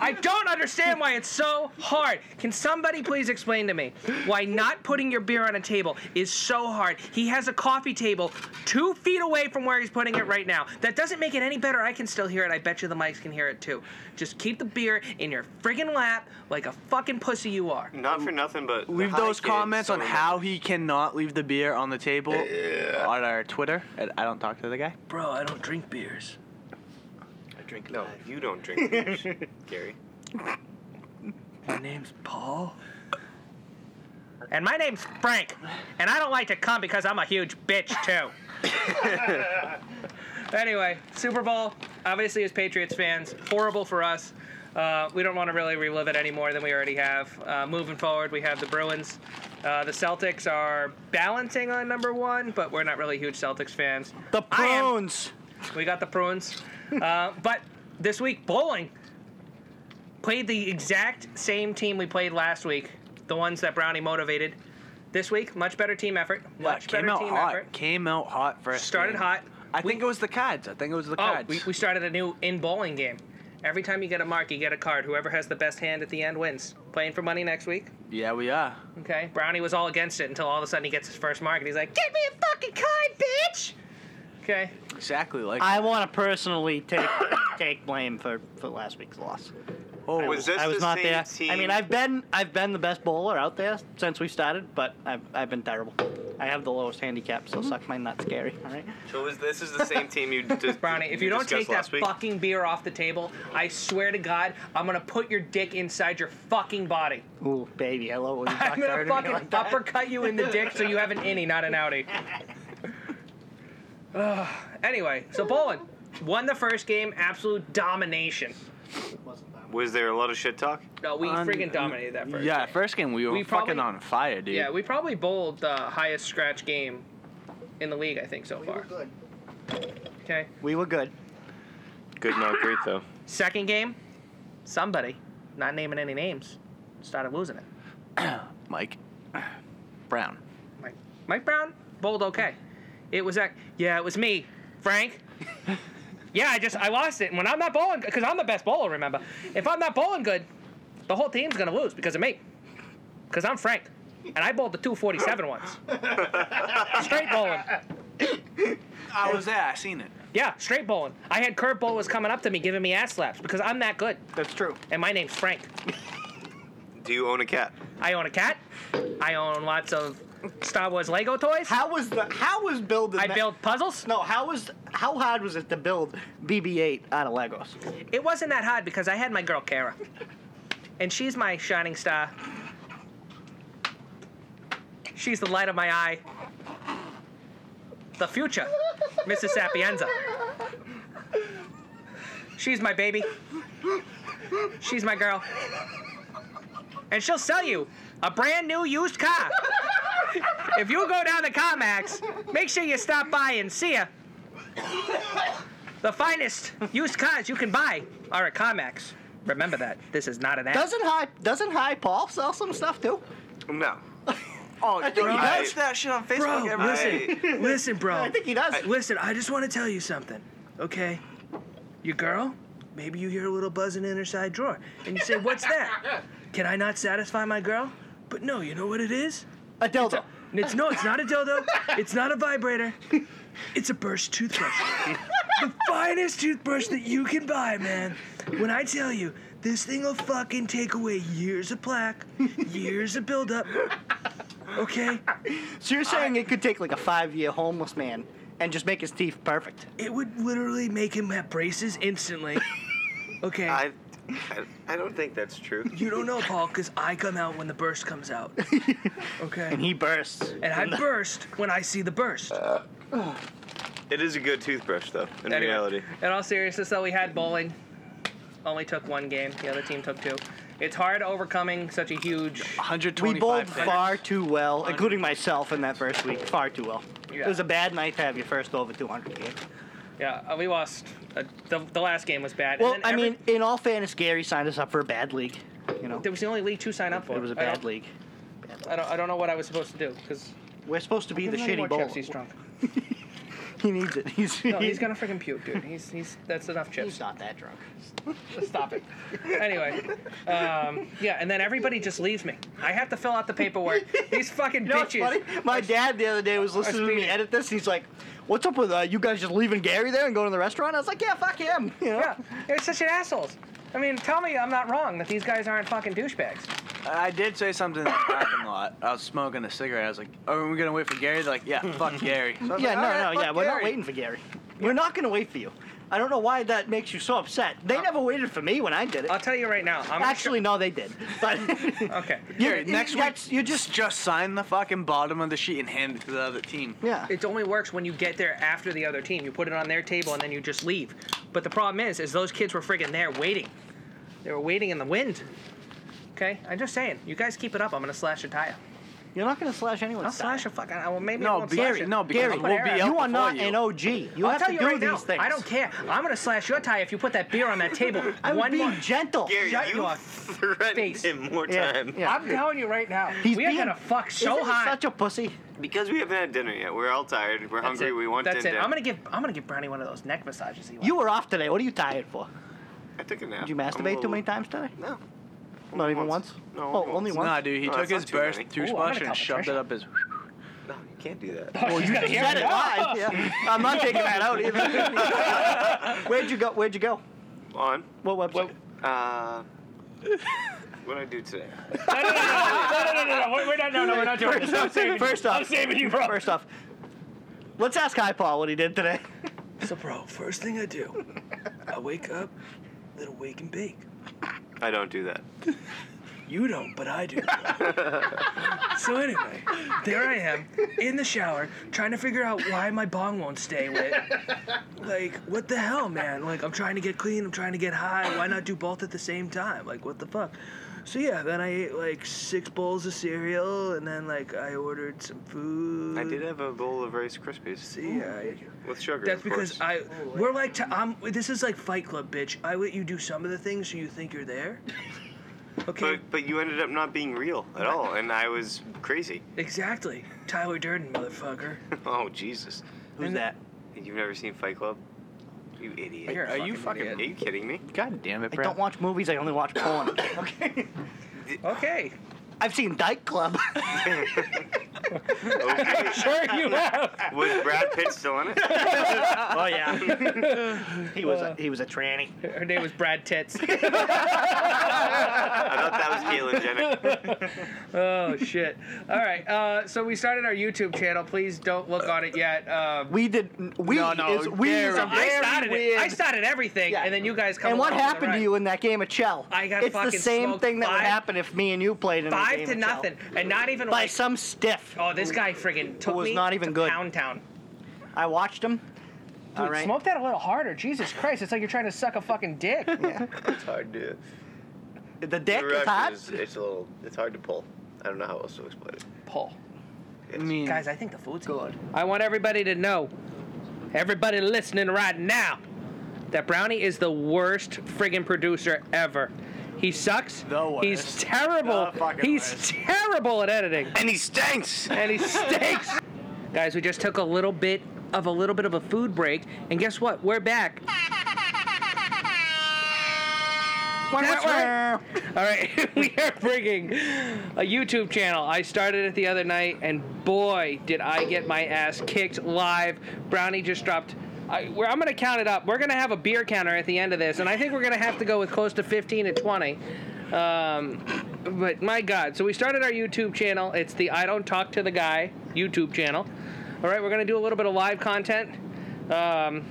S1: I don't understand why it's so hard. Can somebody please explain to me why not putting your beer on a table is so hard? He has a coffee table two feet away from where he's putting it right now. That doesn't make it any better. I can still hear it. I bet you the mics can hear it too. Just keep the beer in your friggin' lap like a fucking pussy you are.
S2: Not for nothing, but the
S4: Leave
S2: high
S4: those
S2: kids
S4: comments on
S2: don't
S4: how he cannot leave the beer on the table on our Twitter. at I don't talk to the guy.
S5: Bro, I don't drink beers.
S2: remember- No, you don't drink beers, Gary.
S5: My name's Paul.
S1: And my name's Frank, and I don't like to come because I'm a huge bitch too. anyway, Super Bowl, obviously as Patriots fans, horrible for us. Uh, we don't want to really relive it any more than we already have. Uh, moving forward, we have the Bruins. Uh, the Celtics are balancing on number one, but we're not really huge Celtics fans.
S3: The
S1: I am.
S3: prunes.
S1: We got the Bruins. Uh, but this week, bowling played the exact same team we played last week, the ones that Brownie motivated. This week, much better team effort. Much
S4: came
S1: better
S4: out
S1: team
S4: hot.
S1: effort.
S4: Came out hot first.
S1: Started hot.
S4: I think it was the cards. I think it was the
S1: Oh,
S4: cards.
S1: we, we started a new in bowling game. Every time you get a mark, you get a card. Whoever has the best hand at the end wins. Playing for money next week.
S4: yeah, we are.
S1: Okay. Brownie was all against it until all of a sudden he gets his first mark and he's like, "Give me a fucking card, bitch!" Okay.
S4: Exactly like.
S3: I want to personally take take blame for, for last week's loss.
S4: oh,
S2: Was this
S3: I was
S2: the
S3: not
S2: same
S3: there.
S2: team?
S3: I mean, I've been I've been the best bowler out there since we started, but I've, I've been terrible. I have the lowest handicap, so suck my nuts, Gary. All right.
S2: So was, this is the same team you just
S1: Brownie, if you, don't take
S2: discussed
S1: that
S2: last week?
S1: fucking beer off the table, I swear to God, I'm gonna put your dick inside your fucking body.
S3: Ooh, baby, I love when you talk
S1: I'm gonna
S3: dirty
S1: fucking
S3: like that.
S1: uppercut you in the dick so you have an innie, not an outie. Ugh. anyway, so Bolin won the first game, absolute domination.
S2: Was there a lot of shit talk?
S1: No, we
S4: un-
S1: friggin' dominated that first.
S4: Yeah,
S1: game.
S4: first game we were
S1: We
S4: fucking
S1: probably-
S4: on fire, dude.
S1: yeah, we probably bowled the highest scratch game in the league, I think, so far.
S3: good.
S1: Okay.
S3: We were good.
S2: Good, not great though.
S1: Second game, somebody, not naming any names, started losing it.
S4: Mike Brown.
S1: Mike, Mike Brown bowled okay. It was that. Yeah, it was me, Frank. yeah, I just I lost it. And when I'm not bowling, because I'm the best bowler, remember. If I'm not bowling good, the whole team's gonna lose because of me. Because I'm Frank, and I bowled the 247 once. Straight bowling.
S4: I was there. I seen it.
S1: Yeah, straight bowling. I had curve bowlers coming up to me giving me ass slaps because I'm that good,
S3: That's true.
S1: and my name's Frank.
S2: Do you own a cat?
S1: I own a cat. I own lots of Star Wars Lego toys.
S3: How was the how was building?
S1: I
S3: that-
S1: build puzzles.
S3: No, how was how hard was it to build BB-8 out of Legos?
S1: It wasn't that hard because I had my girl Kara, and she's my shining star. She's the light of my eye. The future, Mrs. Sapienza. She's my baby. She's my girl. And she'll sell you a brand new used car. If you go down to CarMax, make sure you stop by and see her. The finest used cars you can buy are at CarMax. Remember that. This is not an ad.
S3: Doesn't high doesn't high Paul sell some stuff too?
S2: No.
S4: Oh, dude,
S2: he
S4: he
S2: does
S4: does that shit on Facebook
S5: Bro,
S4: every day.
S5: listen, listen, bro.
S3: I think he does.
S5: Listen, I just want to tell you something, okay? Your girl, maybe you hear a little buzzing in her side drawer, and you say, "What's that? Can I not satisfy my girl?" But no, you know what it is?
S3: a dildo.
S5: It's no, it's not a dildo. It's not a vibrator. It's a Burst toothbrush. the finest toothbrush that you can buy, man. When I tell you, this thing'll fucking take away years of plaque, years of buildup. Okay?
S3: So you're saying it could take like a five-year homeless man and just make his teeth perfect?
S5: It would literally make him have braces instantly. Okay.
S2: I, I, I don't think that's true.
S5: you don't know, Paul, because I come out when the burst comes out.
S3: And
S5: Okay?
S3: he bursts.
S5: And I burst when I see the burst.
S2: It is a good toothbrush though. In
S1: Anyway,
S2: reality,
S1: In all seriousness, though, we had bowling. Only took one game. The other team took two. It's hard overcoming such a huge.
S4: 125.
S3: We bowled
S4: fans.
S3: far too well, including myself in that first week. Far too well.
S1: Yeah.
S3: It was a bad night to have your first over 200 game.
S1: Yeah, uh, we lost. Uh, the, the last game was bad.
S3: Well,
S1: and then
S3: I
S1: every-
S3: mean, in all fairness, Gary signed us up for a bad league. You know,
S1: it was the only league to sign up for.
S3: it was a
S1: I
S3: bad
S1: don't-
S3: league.
S1: I don't, I don't know what I was supposed to do because
S3: We're supposed to be the shitty
S1: more
S3: bowler.
S1: chips, he's drunk.
S3: He needs it. He's,
S1: No, he's gonna freaking puke, dude. He's he's that's enough chips.
S3: he's not that drunk.
S1: Stop it. Anyway, um, yeah, and then everybody just leaves me. I have to fill out the paperwork. These fucking
S3: You know what's
S1: bitches.
S3: funny? My dad the other day was listening to me
S1: speeding.
S3: edit this. And he's like, "What's up with uh, you guys just leaving Gary there and going to the restaurant?" I was like, "Yeah, fuck him." You know?
S1: Yeah, they're such an assholes. I mean, tell me I'm not wrong that these guys aren't fucking douchebags.
S4: I did say something in the parking lot. I was smoking a cigarette. I was like, "Are we gonna wait for Gary?" They're like, "Yeah, fuck Gary." So I was
S3: Yeah,
S4: like,
S3: no,
S4: "All right,
S3: no,
S4: fuck
S3: yeah. We're not
S4: Gary."
S3: waiting for Gary. We're not going to wait for you. I don't know why that makes you so upset. They never waited for me when I did it.
S1: Uh, I'll tell you right now. I'm
S3: Actually, no, they did. But
S1: okay.
S4: Gary, next week
S3: that's- you just
S4: just sign the fucking bottom of the sheet and hand it to the other team.
S3: yeah.
S1: It only works when you get there after the other team. You put it on their table and then you just leave. But the problem is, is those kids were friggin' there waiting. They were waiting in the wind. Okay, I'm just saying. You guys keep it up. I'm gonna slash a tire. You're
S3: You're not going to slash anyone's
S1: I'll
S3: style.
S1: slash a fucking. I will maybe I
S4: No,
S1: won't
S4: Gary,
S1: slash it.
S4: no, because
S1: I'll
S3: Gary,
S1: put
S4: we'll
S1: an
S4: be
S1: arrow.
S4: out
S3: you
S4: before
S3: are not
S4: you.
S3: an OG. You
S1: I'll
S3: have
S1: tell
S3: to
S1: you
S3: do
S1: right
S3: these
S1: now.
S3: things.
S1: I don't care. I'm gonna slash your tire if you put that beer on that table.
S3: I would
S1: One
S3: be
S1: more.
S3: gentle.
S2: Gary,
S1: Shut
S2: you
S1: your
S2: threatened
S1: face.
S2: him more
S3: Yeah,
S2: time.
S3: yeah.
S1: I'm telling you right now.
S3: He's
S1: we are
S3: being-
S1: gonna fuck so
S3: Isn't he
S1: hot.
S3: Such a pussy.
S2: Because we haven't had dinner yet. We're all tired. We're
S1: That's
S2: hungry.
S1: it.
S2: We want
S1: That's
S2: dinner.
S1: it. I'm gonna give I'm gonna give Brownie one of those neck massages. He likes.
S3: You were off today. What are you tired for?
S2: I took a nap.
S3: Did you
S2: I'm a
S3: masturbate too
S2: little-
S3: many times today?
S2: No.
S3: Not even
S2: once.
S3: once.
S2: No,
S3: oh,
S2: only
S3: only
S2: once.
S3: once.
S4: Nah, dude, he
S2: No,
S4: took
S2: that's
S4: his
S2: not too
S4: burst
S2: many.
S4: through
S1: Ooh, I'm
S4: splash
S1: gonna
S4: and
S1: tell
S4: shoved it
S1: Patricia.
S4: up his.
S2: No, you can't do that.
S1: Oh,
S3: Well,
S1: she's
S3: you
S1: gonna
S3: just
S1: hear
S3: said
S1: me
S3: it
S1: now.
S3: live. Yeah. I'm not taking that out either. Where'd you go? Where'd you go?
S2: On.
S3: What website?
S2: Uh, what did I do today?
S1: No, no, no, no, we're- we're not. No, no, we're not doing this. I'm saving you.
S3: First
S1: I'm
S3: off,
S1: saving you, bro.
S3: first off, let's ask Hi Paul what he did today.
S5: So, bro, first thing I do, I wake up, little wake and bake.
S2: I don't do that.
S5: You don't, but I do. so anyway, there I am in the shower trying to figure out why my bong won't stay lit. Like, what the hell, man? Like, I'm trying to get clean, I'm trying to get high. Why not do both at the same time? Like, what the fuck? So yeah, then I ate like six bowls of cereal, and then like I ordered some food.
S2: I did have a bowl of Rice Krispies
S5: See, I,
S2: with sugar.
S5: that's
S2: of
S5: because
S2: course.
S5: I we're like t- I'm. This is like Fight Club, bitch. I let you do some of the things so you think you're there. Okay,
S2: But but you ended up not being real at all, and I was crazy.
S5: Exactly. Tyler Durden, motherfucker.
S2: Oh Jesus!
S3: Who's that?
S2: You've never seen Fight Club? You idiot!
S1: You're a
S4: Are you fucking
S2: Are
S1: idiot.
S2: you kidding me?
S4: God damn it,
S3: I
S4: bro.
S3: don't watch movies. I only watch porn. okay.
S1: Okay.
S3: I've seen Dyke Club.
S2: Okay.
S1: Sure you have.
S2: was Brad Pitt still in it?
S3: oh yeah. he was a, he was a tranny.
S1: Her name was Brad Tits.
S2: I thought that was Caitlyn Jenner.
S1: Oh shit. All right. Uh, so we started our YouTube channel. Please don't look on it yet. Um,
S3: We did. We
S4: No, no,
S3: is we is a
S4: Gary.
S1: I
S3: very
S1: started it.
S3: weird-
S1: I started everything,
S3: Yeah.
S1: and then you guys come.
S3: And what
S1: along for the
S3: happened to
S1: ride.
S3: you in that game of Chell?
S1: I got
S3: It's the
S1: fucking
S3: same
S1: smoked
S3: thing that would
S1: five-
S3: happen if me and you played in a
S1: Five
S3: game
S1: to
S3: of Chell.
S1: nothing, and not even
S3: by
S1: like.
S3: some stiff.
S1: oh, this guy friggin' took
S3: was
S1: me
S3: not even
S1: to
S3: good.
S1: Pound Town.
S3: I watched him.
S1: Dude,
S3: All right.
S1: smoke that a little harder. Jesus Christ, it's like you're trying to suck a fucking dick.
S2: It's hard to.
S3: The dick is hot.
S2: it's a little. It's hard to pull. I don't know how else to explain it.
S1: Paul.
S4: I mean,
S1: Guys, I think the food's good. I want everybody to know, everybody listening right now, that Brownie is the worst friggin' producer ever. He sucks.
S4: The
S1: He's
S4: worst.
S1: terrible.
S4: The fucking
S1: He's
S4: worst.
S1: terrible at editing.
S2: And he stinks.
S1: And he stinks. Guys, we just took a little bit of a little bit of a food break, and guess what? We're back. That's right. All right, we are bringing a YouTube channel. I started it the other night, and boy, did I get my ass kicked live. Brownie just dropped. I, we're, I'm gonna count it up. We're gonna have a beer counter at the end of this, and I think we're gonna have to go with close to 15 to 20. Um, but my God, so we started our YouTube channel. It's the I Don't Talk to the Guy YouTube channel. All right, we're gonna do a little bit of live content. Um,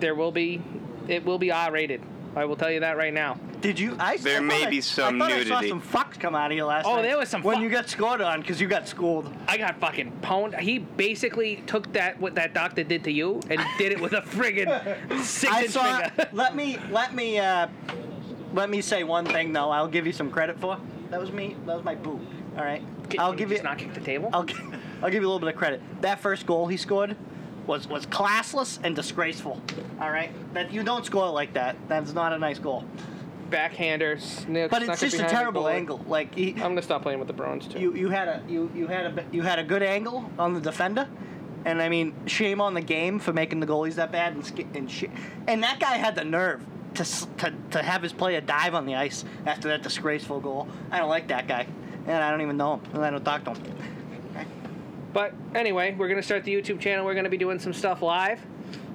S1: there will be, it will be R-rated. I will tell you that right now.
S3: Did you? I
S2: There
S3: I
S2: may
S3: thought I-
S2: be some
S3: I thought I saw
S2: nudity.
S3: some fucks come out of you last
S1: Oh,
S3: night.
S1: there was some
S3: When
S1: fuck-
S3: you got scored on because you got schooled.
S1: I got fucking pwned. He basically took that what that doctor did to you and did it with a friggin' six
S3: I
S1: inch
S3: saw.
S1: finger.
S3: let me let me uh, let me say one thing though. I'll give you some credit for. That was me. That was my boo. All right. I'll
S1: Can
S3: give
S1: just
S3: you.
S1: not kick the table.
S3: I'll, gi- I'll give you a little bit of credit. That first goal he scored was was classless and disgraceful. All right, that you don't score like that. That's not a nice goal.
S1: Backhander, snick,
S3: But it's just a terrible angle. Like he,
S1: I'm gonna stop playing with the Browns too.
S3: you you had a you you had a you had a good angle on the defender, And I mean, shame on the game for making the goalies that bad. And sk- and sh- and that guy had the nerve to, s- to to have his player dive on the ice after that disgraceful goal. I don't like that guy, and I don't even know him, and I don't talk to him.
S1: But anyway, we're going to start the YouTube channel. We're going to be doing some stuff live.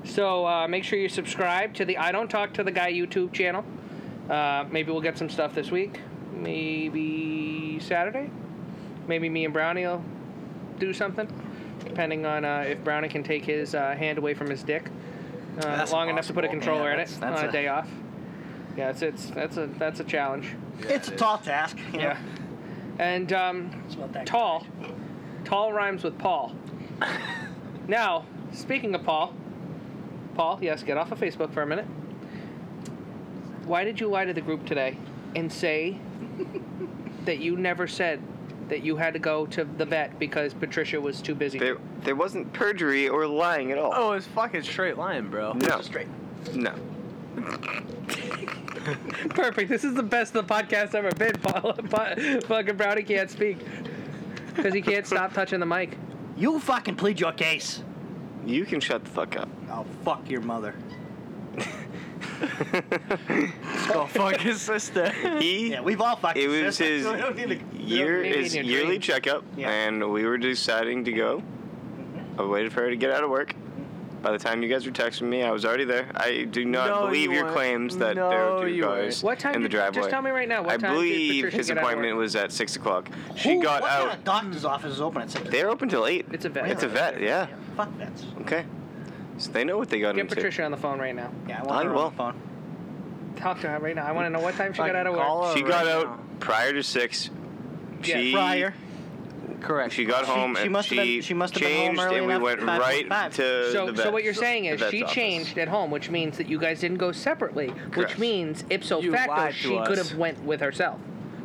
S1: So uh, make sure you subscribe to the I Don't Talk to the Guy YouTube channel. Uh, maybe we'll get some stuff this week. Maybe Saturday. Maybe me and Brownie will do something, depending on uh, if Brownie can take his uh, hand away from his dick uh, long
S4: That's
S1: enough to put a
S4: impossible.
S1: controller
S3: Yeah,
S1: in
S3: that's-
S1: it
S3: that's
S1: on a,
S3: a-
S1: day off. Yeah, it's, it's that's a that's a challenge.
S3: it's a tall task. You know?
S1: Yeah. And um,
S3: It's about that
S1: tall. Tall rhymes with Paul. now, speaking of Paul, Paul, yes, get off of Facebook for a minute. Why did you lie to the group today and say that you never said that you had to go to the vet because Patricia was too busy?
S2: There, there wasn't perjury or lying at all.
S4: Oh, it's fucking straight line, bro.
S2: no,
S3: Straight.
S2: no.
S1: Perfect. This is the best the podcast ever been, Paul. But fucking Brownie can't speak because he can't stop touching the mic.
S3: You fucking plead your case.
S2: You can shut the fuck up.
S3: Oh, fuck your mother.
S4: Go fuck his sister.
S2: He,
S3: Yeah, we've all fucking.
S2: it was
S3: sisters,
S2: his
S3: so we don't need to-
S2: year,
S1: maybe in
S2: his
S1: your
S2: yearly
S1: dreams.
S2: checkup,
S3: Yeah.
S2: and we were deciding to go.
S1: Mm-hmm.
S2: I waited for her to get out of work. By the time you guys were texting me, I was already there. I do not
S4: No,
S2: believe
S4: you
S2: your
S4: weren't.
S2: claims that
S4: No,
S2: there were two
S4: you
S2: cars
S4: weren't.
S1: What time
S2: in the
S1: did- just
S2: driveway.
S1: tell me right now, what
S2: I
S1: time did
S2: believe
S1: Patricia
S2: his
S1: get out of
S2: appointment
S1: work?
S2: was at six o'clock. She
S3: Who-
S2: got
S3: what
S2: out.
S3: Kind of doctor's office is open at six.
S2: They're open till eight.
S1: It's a vet.
S2: It's a vet. Yeah.
S3: Fuck that.
S2: Okay. So they know what they got
S1: Get
S2: into.
S1: Patricia on the phone right now.
S3: Yeah,
S2: I
S3: I want her
S2: will.
S3: on the phone.
S1: Talk to her right now. I want to know what time she got
S4: Fucking
S1: out of work.
S4: call her
S2: She got
S4: right
S2: out
S4: now.
S2: prior to six.
S1: Yeah,
S2: She,
S3: Prior.
S4: Correct.
S2: She got
S3: She-
S2: home
S3: she
S2: and
S3: must have been- she must have been home
S2: changed
S3: early
S2: and we
S3: enough,
S2: went
S3: five
S2: right
S3: forty-five.
S2: to
S1: So,
S2: the
S1: so what
S2: vet's-
S1: you're saying
S2: the
S1: is
S2: vet's
S1: she
S2: office.
S1: changed at home, which means that you guys didn't go separately, which
S2: Correct.
S1: means ipso
S4: You
S1: facto
S4: lied to
S1: she
S4: us.
S1: could have went with herself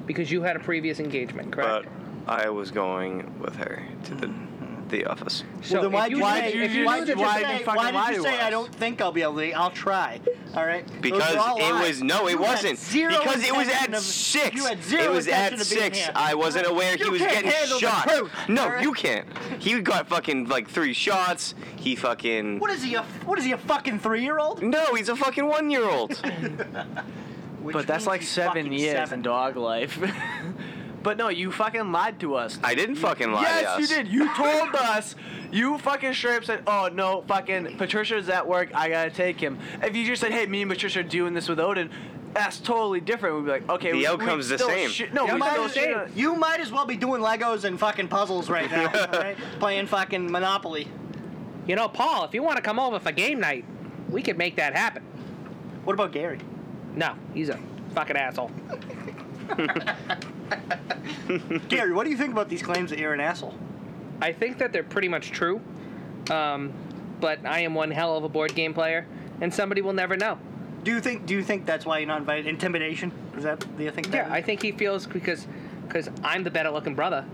S1: because you had a previous engagement, correct?
S2: But I was going with her to the the office.
S1: so
S3: well, then
S1: if
S3: why'd
S1: you
S3: Mm-hmm. you,
S1: knew-
S3: say-
S1: if you
S4: you-
S1: knew
S4: why'd
S1: that
S4: you
S1: you-
S4: why'd
S3: say,
S4: fucking
S3: why did
S4: lie
S3: you
S4: to
S3: say I
S4: us?
S3: don't think I'll be able to? I'll try. All right. Those
S2: Because
S3: are all
S2: it
S3: lies.
S2: was no, it
S3: You had
S2: wasn't.
S3: zero
S2: Because it was
S3: intention
S2: at
S3: of-
S2: six.
S3: You had zero
S2: it was at
S3: intention of being
S2: six.
S3: here.
S2: I wasn't aware he
S3: You
S2: was
S3: can't
S2: getting
S3: handle the
S2: shot.
S3: truth,
S2: no,
S3: alright?
S2: you can't. He got fucking like three shots. He fucking
S3: What is he? A, what is he? A fucking three-year-old?
S2: no, he's a fucking one year old.
S3: Which
S4: But that's
S3: means
S4: like
S3: he's
S4: seven
S3: fucking
S4: years
S3: seven.
S4: in dog life. but no, you fucking lied to us.
S2: I didn't fucking lie.
S4: yes,
S2: to us.
S4: you did. You told us. You fucking straight up said, "Oh no, fucking Patricia's at work. I gotta take him." If you just said, "Hey, me and Patricia are doing this with Odin," that's totally different. We'd be like, "Okay,
S2: The
S4: we,
S2: outcome's
S4: we
S2: the
S4: still
S2: same.
S4: Shit, no,
S1: The
S4: we
S1: outcome's
S4: still
S1: the same.
S4: shit.
S3: You might as well be doing Legos and fucking puzzles right now, all right? playing fucking Monopoly.
S1: you know, Paul, if you want to come over for game night, we could make that happen.
S3: What about Gary?
S1: No, he's a fucking asshole.
S3: Gary, what do you think about these claims that you're an asshole?
S1: I think that they're pretty much true, um, but I am one hell of a board game player, and somebody will never know.
S3: Do you think? Do you think that's why you're not invited? Intimidation? Is that? Do you think?
S1: Yeah,
S3: that
S1: I think he feels because because I'm the better looking brother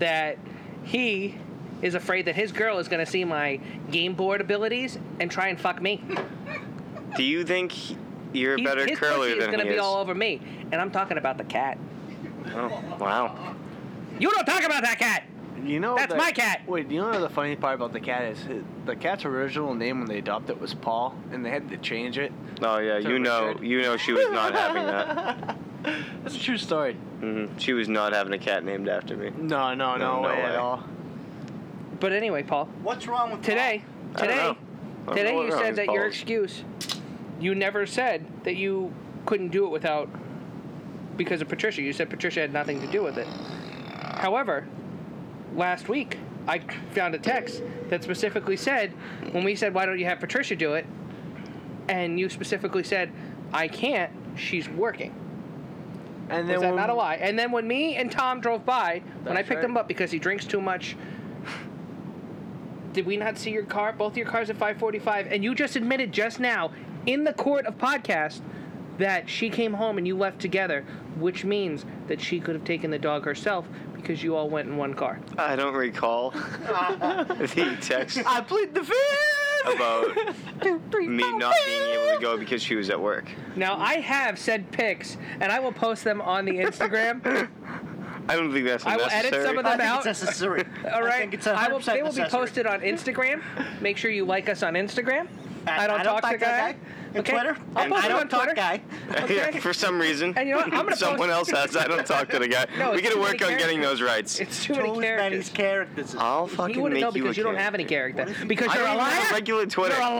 S1: that he is afraid that his girl is going to see my game board abilities and try and fuck me.
S2: Do you think he- you're a
S1: He's-
S2: better
S1: his
S2: curler
S1: pussy is
S2: than
S1: gonna
S2: he
S1: be
S2: is?
S1: all over me, and I'm talking about the cat.
S2: Oh, wow.
S1: You don't talk about that cat.
S4: uh, You know
S1: That's
S4: the-
S1: my cat.
S4: Wait, you know the funny part about the cat is it- the cat's original name when they adopted it was Paul, and they had to change it.
S2: Oh yeah, you
S4: Totally
S2: know,
S4: good.
S2: you know, she was not having that.
S4: That's a true story.
S2: hmm She was not having a cat named after me.
S4: No, no,
S2: No,
S4: no,
S2: no
S4: way,
S2: way.
S4: at all.
S1: But anyway, Paul,
S3: What's wrong with
S1: today,
S2: I don't
S1: today,
S2: know. I don't
S1: today
S2: know what
S1: you
S2: wrong
S1: said
S2: with
S1: that your
S2: Paul's.
S1: excuse, you never said that you couldn't do it without because of Patricia. You said Patricia had nothing to do with it. However, last week I found a text that specifically said when we said why don't you have Patricia do it, and you specifically said I can't. She's working.
S4: And then
S1: Was that
S4: when-
S1: not a lie? And then when me and Tom drove by, when I
S4: That's
S1: picked
S4: right.
S1: him up because he drinks too much, did we not see your car, both your cars at 5:45? And you just admitted just now, in the court of podcast, that she came home and you left together, which means that she could have taken the dog herself because you all went in one car.
S2: I don't recall the text
S4: I plead the fifth.
S2: about me not being able to go because she was at work.
S1: Now I have said pics, and I will post them on the Instagram.
S2: I don't think that's
S1: I will edit
S2: necessary.
S1: some of
S3: I
S1: them
S3: think
S1: out.
S3: it's necessary.
S1: All right.
S3: I think it's
S1: will.
S3: 100%
S1: They will be
S3: necessary.
S1: posted on Instagram. Make sure you like us on Instagram. I don't, talk, to guy.
S3: And
S1: Okay.
S3: Twitter.
S1: I'll
S3: And
S1: post
S3: I
S1: it
S3: don't
S1: on
S3: talk
S1: Twitter.
S3: guy.
S1: Okay.
S2: yeah, for some reason.
S1: And you know what? I'm gonna
S2: Someone
S1: post-
S2: else has. I don't talk to the guy.
S1: No,
S2: we
S1: it's
S2: gotta
S1: too
S2: work
S1: many
S2: on getting those rights.
S1: It's too
S3: Too
S1: many
S3: many
S1: characters.
S3: characters.
S2: I'll fucking
S1: You wouldn't
S2: make
S1: know
S2: you
S1: because
S2: a
S1: you don't
S2: character.
S1: have Ah! any character. Because
S2: I
S1: you're a
S2: don't have a
S1: liar.
S2: regular Twitter.
S3: You're a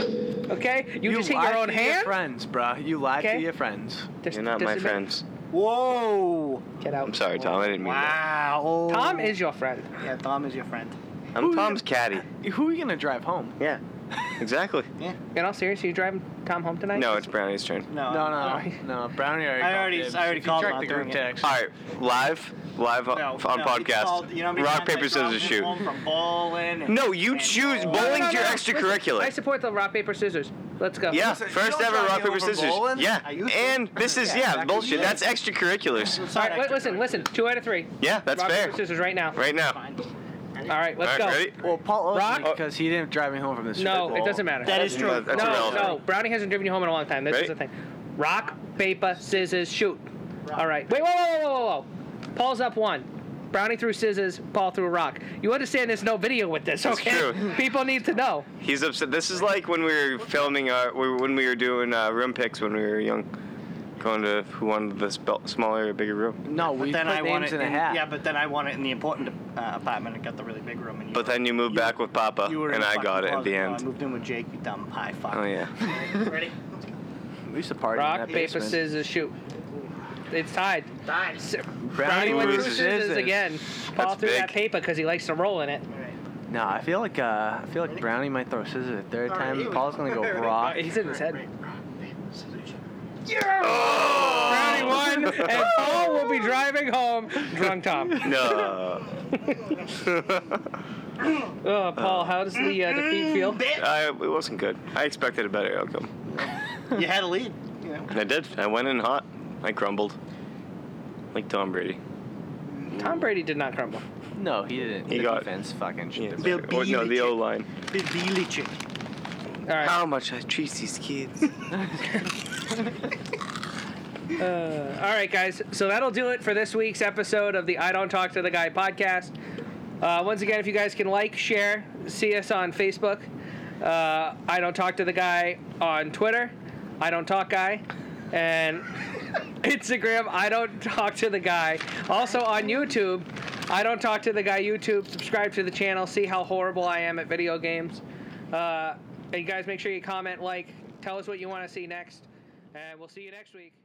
S3: liar.
S1: Okay. You, just hit
S4: lie
S1: your own
S4: to Your
S1: hand.
S4: friends, bruh. You lie
S1: Okay.
S4: to your friends.
S1: Does-
S2: You're not
S1: does
S2: my
S1: it make-
S2: friends.
S3: Whoa.
S1: Get out.
S2: I'm sorry, Tom. I didn't mean that.
S3: Wow.
S1: Tom is your friend.
S3: Yeah, Tom is your friend.
S2: I'm Tom's caddy.
S4: Who are you gonna drive home?
S2: Yeah. Exactly.
S1: In all seriousness, you driving Tom home tonight?
S2: No, it's Brownie's turn.
S3: No.
S4: No,
S3: I'm-
S4: no, no. Brownie already.
S3: Um, I
S4: called
S3: already-
S4: dibs.
S3: I already
S4: If
S3: called
S4: You check
S3: on
S4: the
S3: doing
S4: group
S3: it.
S4: text.
S2: All right, live, live on,
S3: No,
S2: on
S3: no, it's
S2: podcast.
S3: called- you know how many
S2: Rock
S3: times I
S2: paper
S3: dropped
S2: scissors
S3: him
S2: shoot.
S3: home from bowling and-
S2: No, you
S3: and
S2: choose.
S3: bowling.
S1: No, no,
S2: Bowling's
S1: no,
S2: your
S1: no.
S2: extracurricular.
S1: I support the rock paper scissors. Let's go.
S2: yeah,
S4: you
S2: first
S4: don't
S2: ever
S4: drive
S2: rock
S4: me
S2: paper
S4: over
S2: scissors.
S4: bowling?
S2: Yeah,
S3: I used to.
S2: and this is yeah,
S4: exactly.
S2: bullshit. That's extracurriculars.
S3: It's
S1: All
S3: not
S1: right. Wait, listen. Listen. Two out of three.
S2: Yeah, that's
S1: rock
S2: fair.
S1: paper scissors right now.
S2: Right now.
S3: fine.
S1: All right. Let's
S2: All
S1: go.
S2: right, ready?
S4: Well, Paul owes
S1: Rock?
S4: me because he didn't drive me home from this.
S1: No, it doesn't matter.
S3: That is true.
S2: Uh, that's
S1: no,
S2: irrelevant.
S1: no. Brownie hasn't driven you home in a long time. This
S2: Ready?
S1: is the thing. Rock, paper, scissors, shoot. All right. Wait, whoa, whoa, whoa, whoa, whoa. Paul's up one. Brownie threw scissors. Paul threw a rock. You understand? There's no video with this, okay?
S2: true.
S1: People need to know.
S2: He's upset. This is like when we were filming our we- when we were doing uh, room picks when we were young, going to who wanted the spe- smaller or bigger room.
S4: No, we
S3: Then
S4: put
S3: I want
S4: names
S3: it
S4: in a
S3: in-
S4: hat.
S3: Yeah, but then I want it in the important uh, apartment and got the really big room. And you
S2: But
S3: were-
S2: then you moved back with Papa,
S3: you were in
S2: and
S3: the
S2: I
S3: fucking
S2: got it at
S3: closet.
S2: the
S3: No, I
S2: end.
S3: moved in with Jake, you dumb high fuck.
S2: Oh yeah.
S3: Ready?
S4: we used to party in
S1: Rock,
S4: that
S1: paper,
S4: basement.
S1: scissors, shoot. It's tied.
S3: Die.
S1: S- Brownie went through
S2: scissors.
S1: scissors again. Paul
S2: That's
S1: threw
S2: big.
S1: that paper because he likes to roll in it.
S4: No, I feel like uh, I feel like Brownie might throw scissors a third
S3: All right,
S4: time.
S3: here we
S4: Paul's
S3: go.
S4: gonna go
S3: Here we go.
S4: rock.
S1: He's in his head. Brownie
S2: Oh!
S1: won, and Paul will be driving home drunk Tom.
S2: No.
S1: Oh, Paul, how does the uh, defeat feel?
S2: I, it wasn't good. I expected a better outcome.
S3: You had a lead. You know.
S2: I did. I went in hot. I crumbled. Like Tom Brady.
S1: Tom Brady did not crumble.
S4: No, he didn't.
S2: He
S4: the
S2: got-
S4: defense fucking shit.
S2: Yeah.
S4: the
S3: Bill
S2: Or, no, the
S3: Belichick.
S2: O line.
S3: Big Billy chick.
S1: All right.
S2: How much I treat these kids.
S1: Uh, all right, guys. So that'll do it for this week's episode of the I Don't Talk to the Guy podcast. Uh, once again, if you guys can like, share, see us on Facebook. Uh, I Don't Talk to the Guy on Twitter. I Don't Talk Guy. And Instagram, I Don't Talk to the Guy. Also on YouTube, I Don't Talk to the Guy YouTube. Subscribe to the channel. See how horrible I am at video games. Uh, and you guys make sure you comment, like, tell us what you want to see next. And we'll see you next week.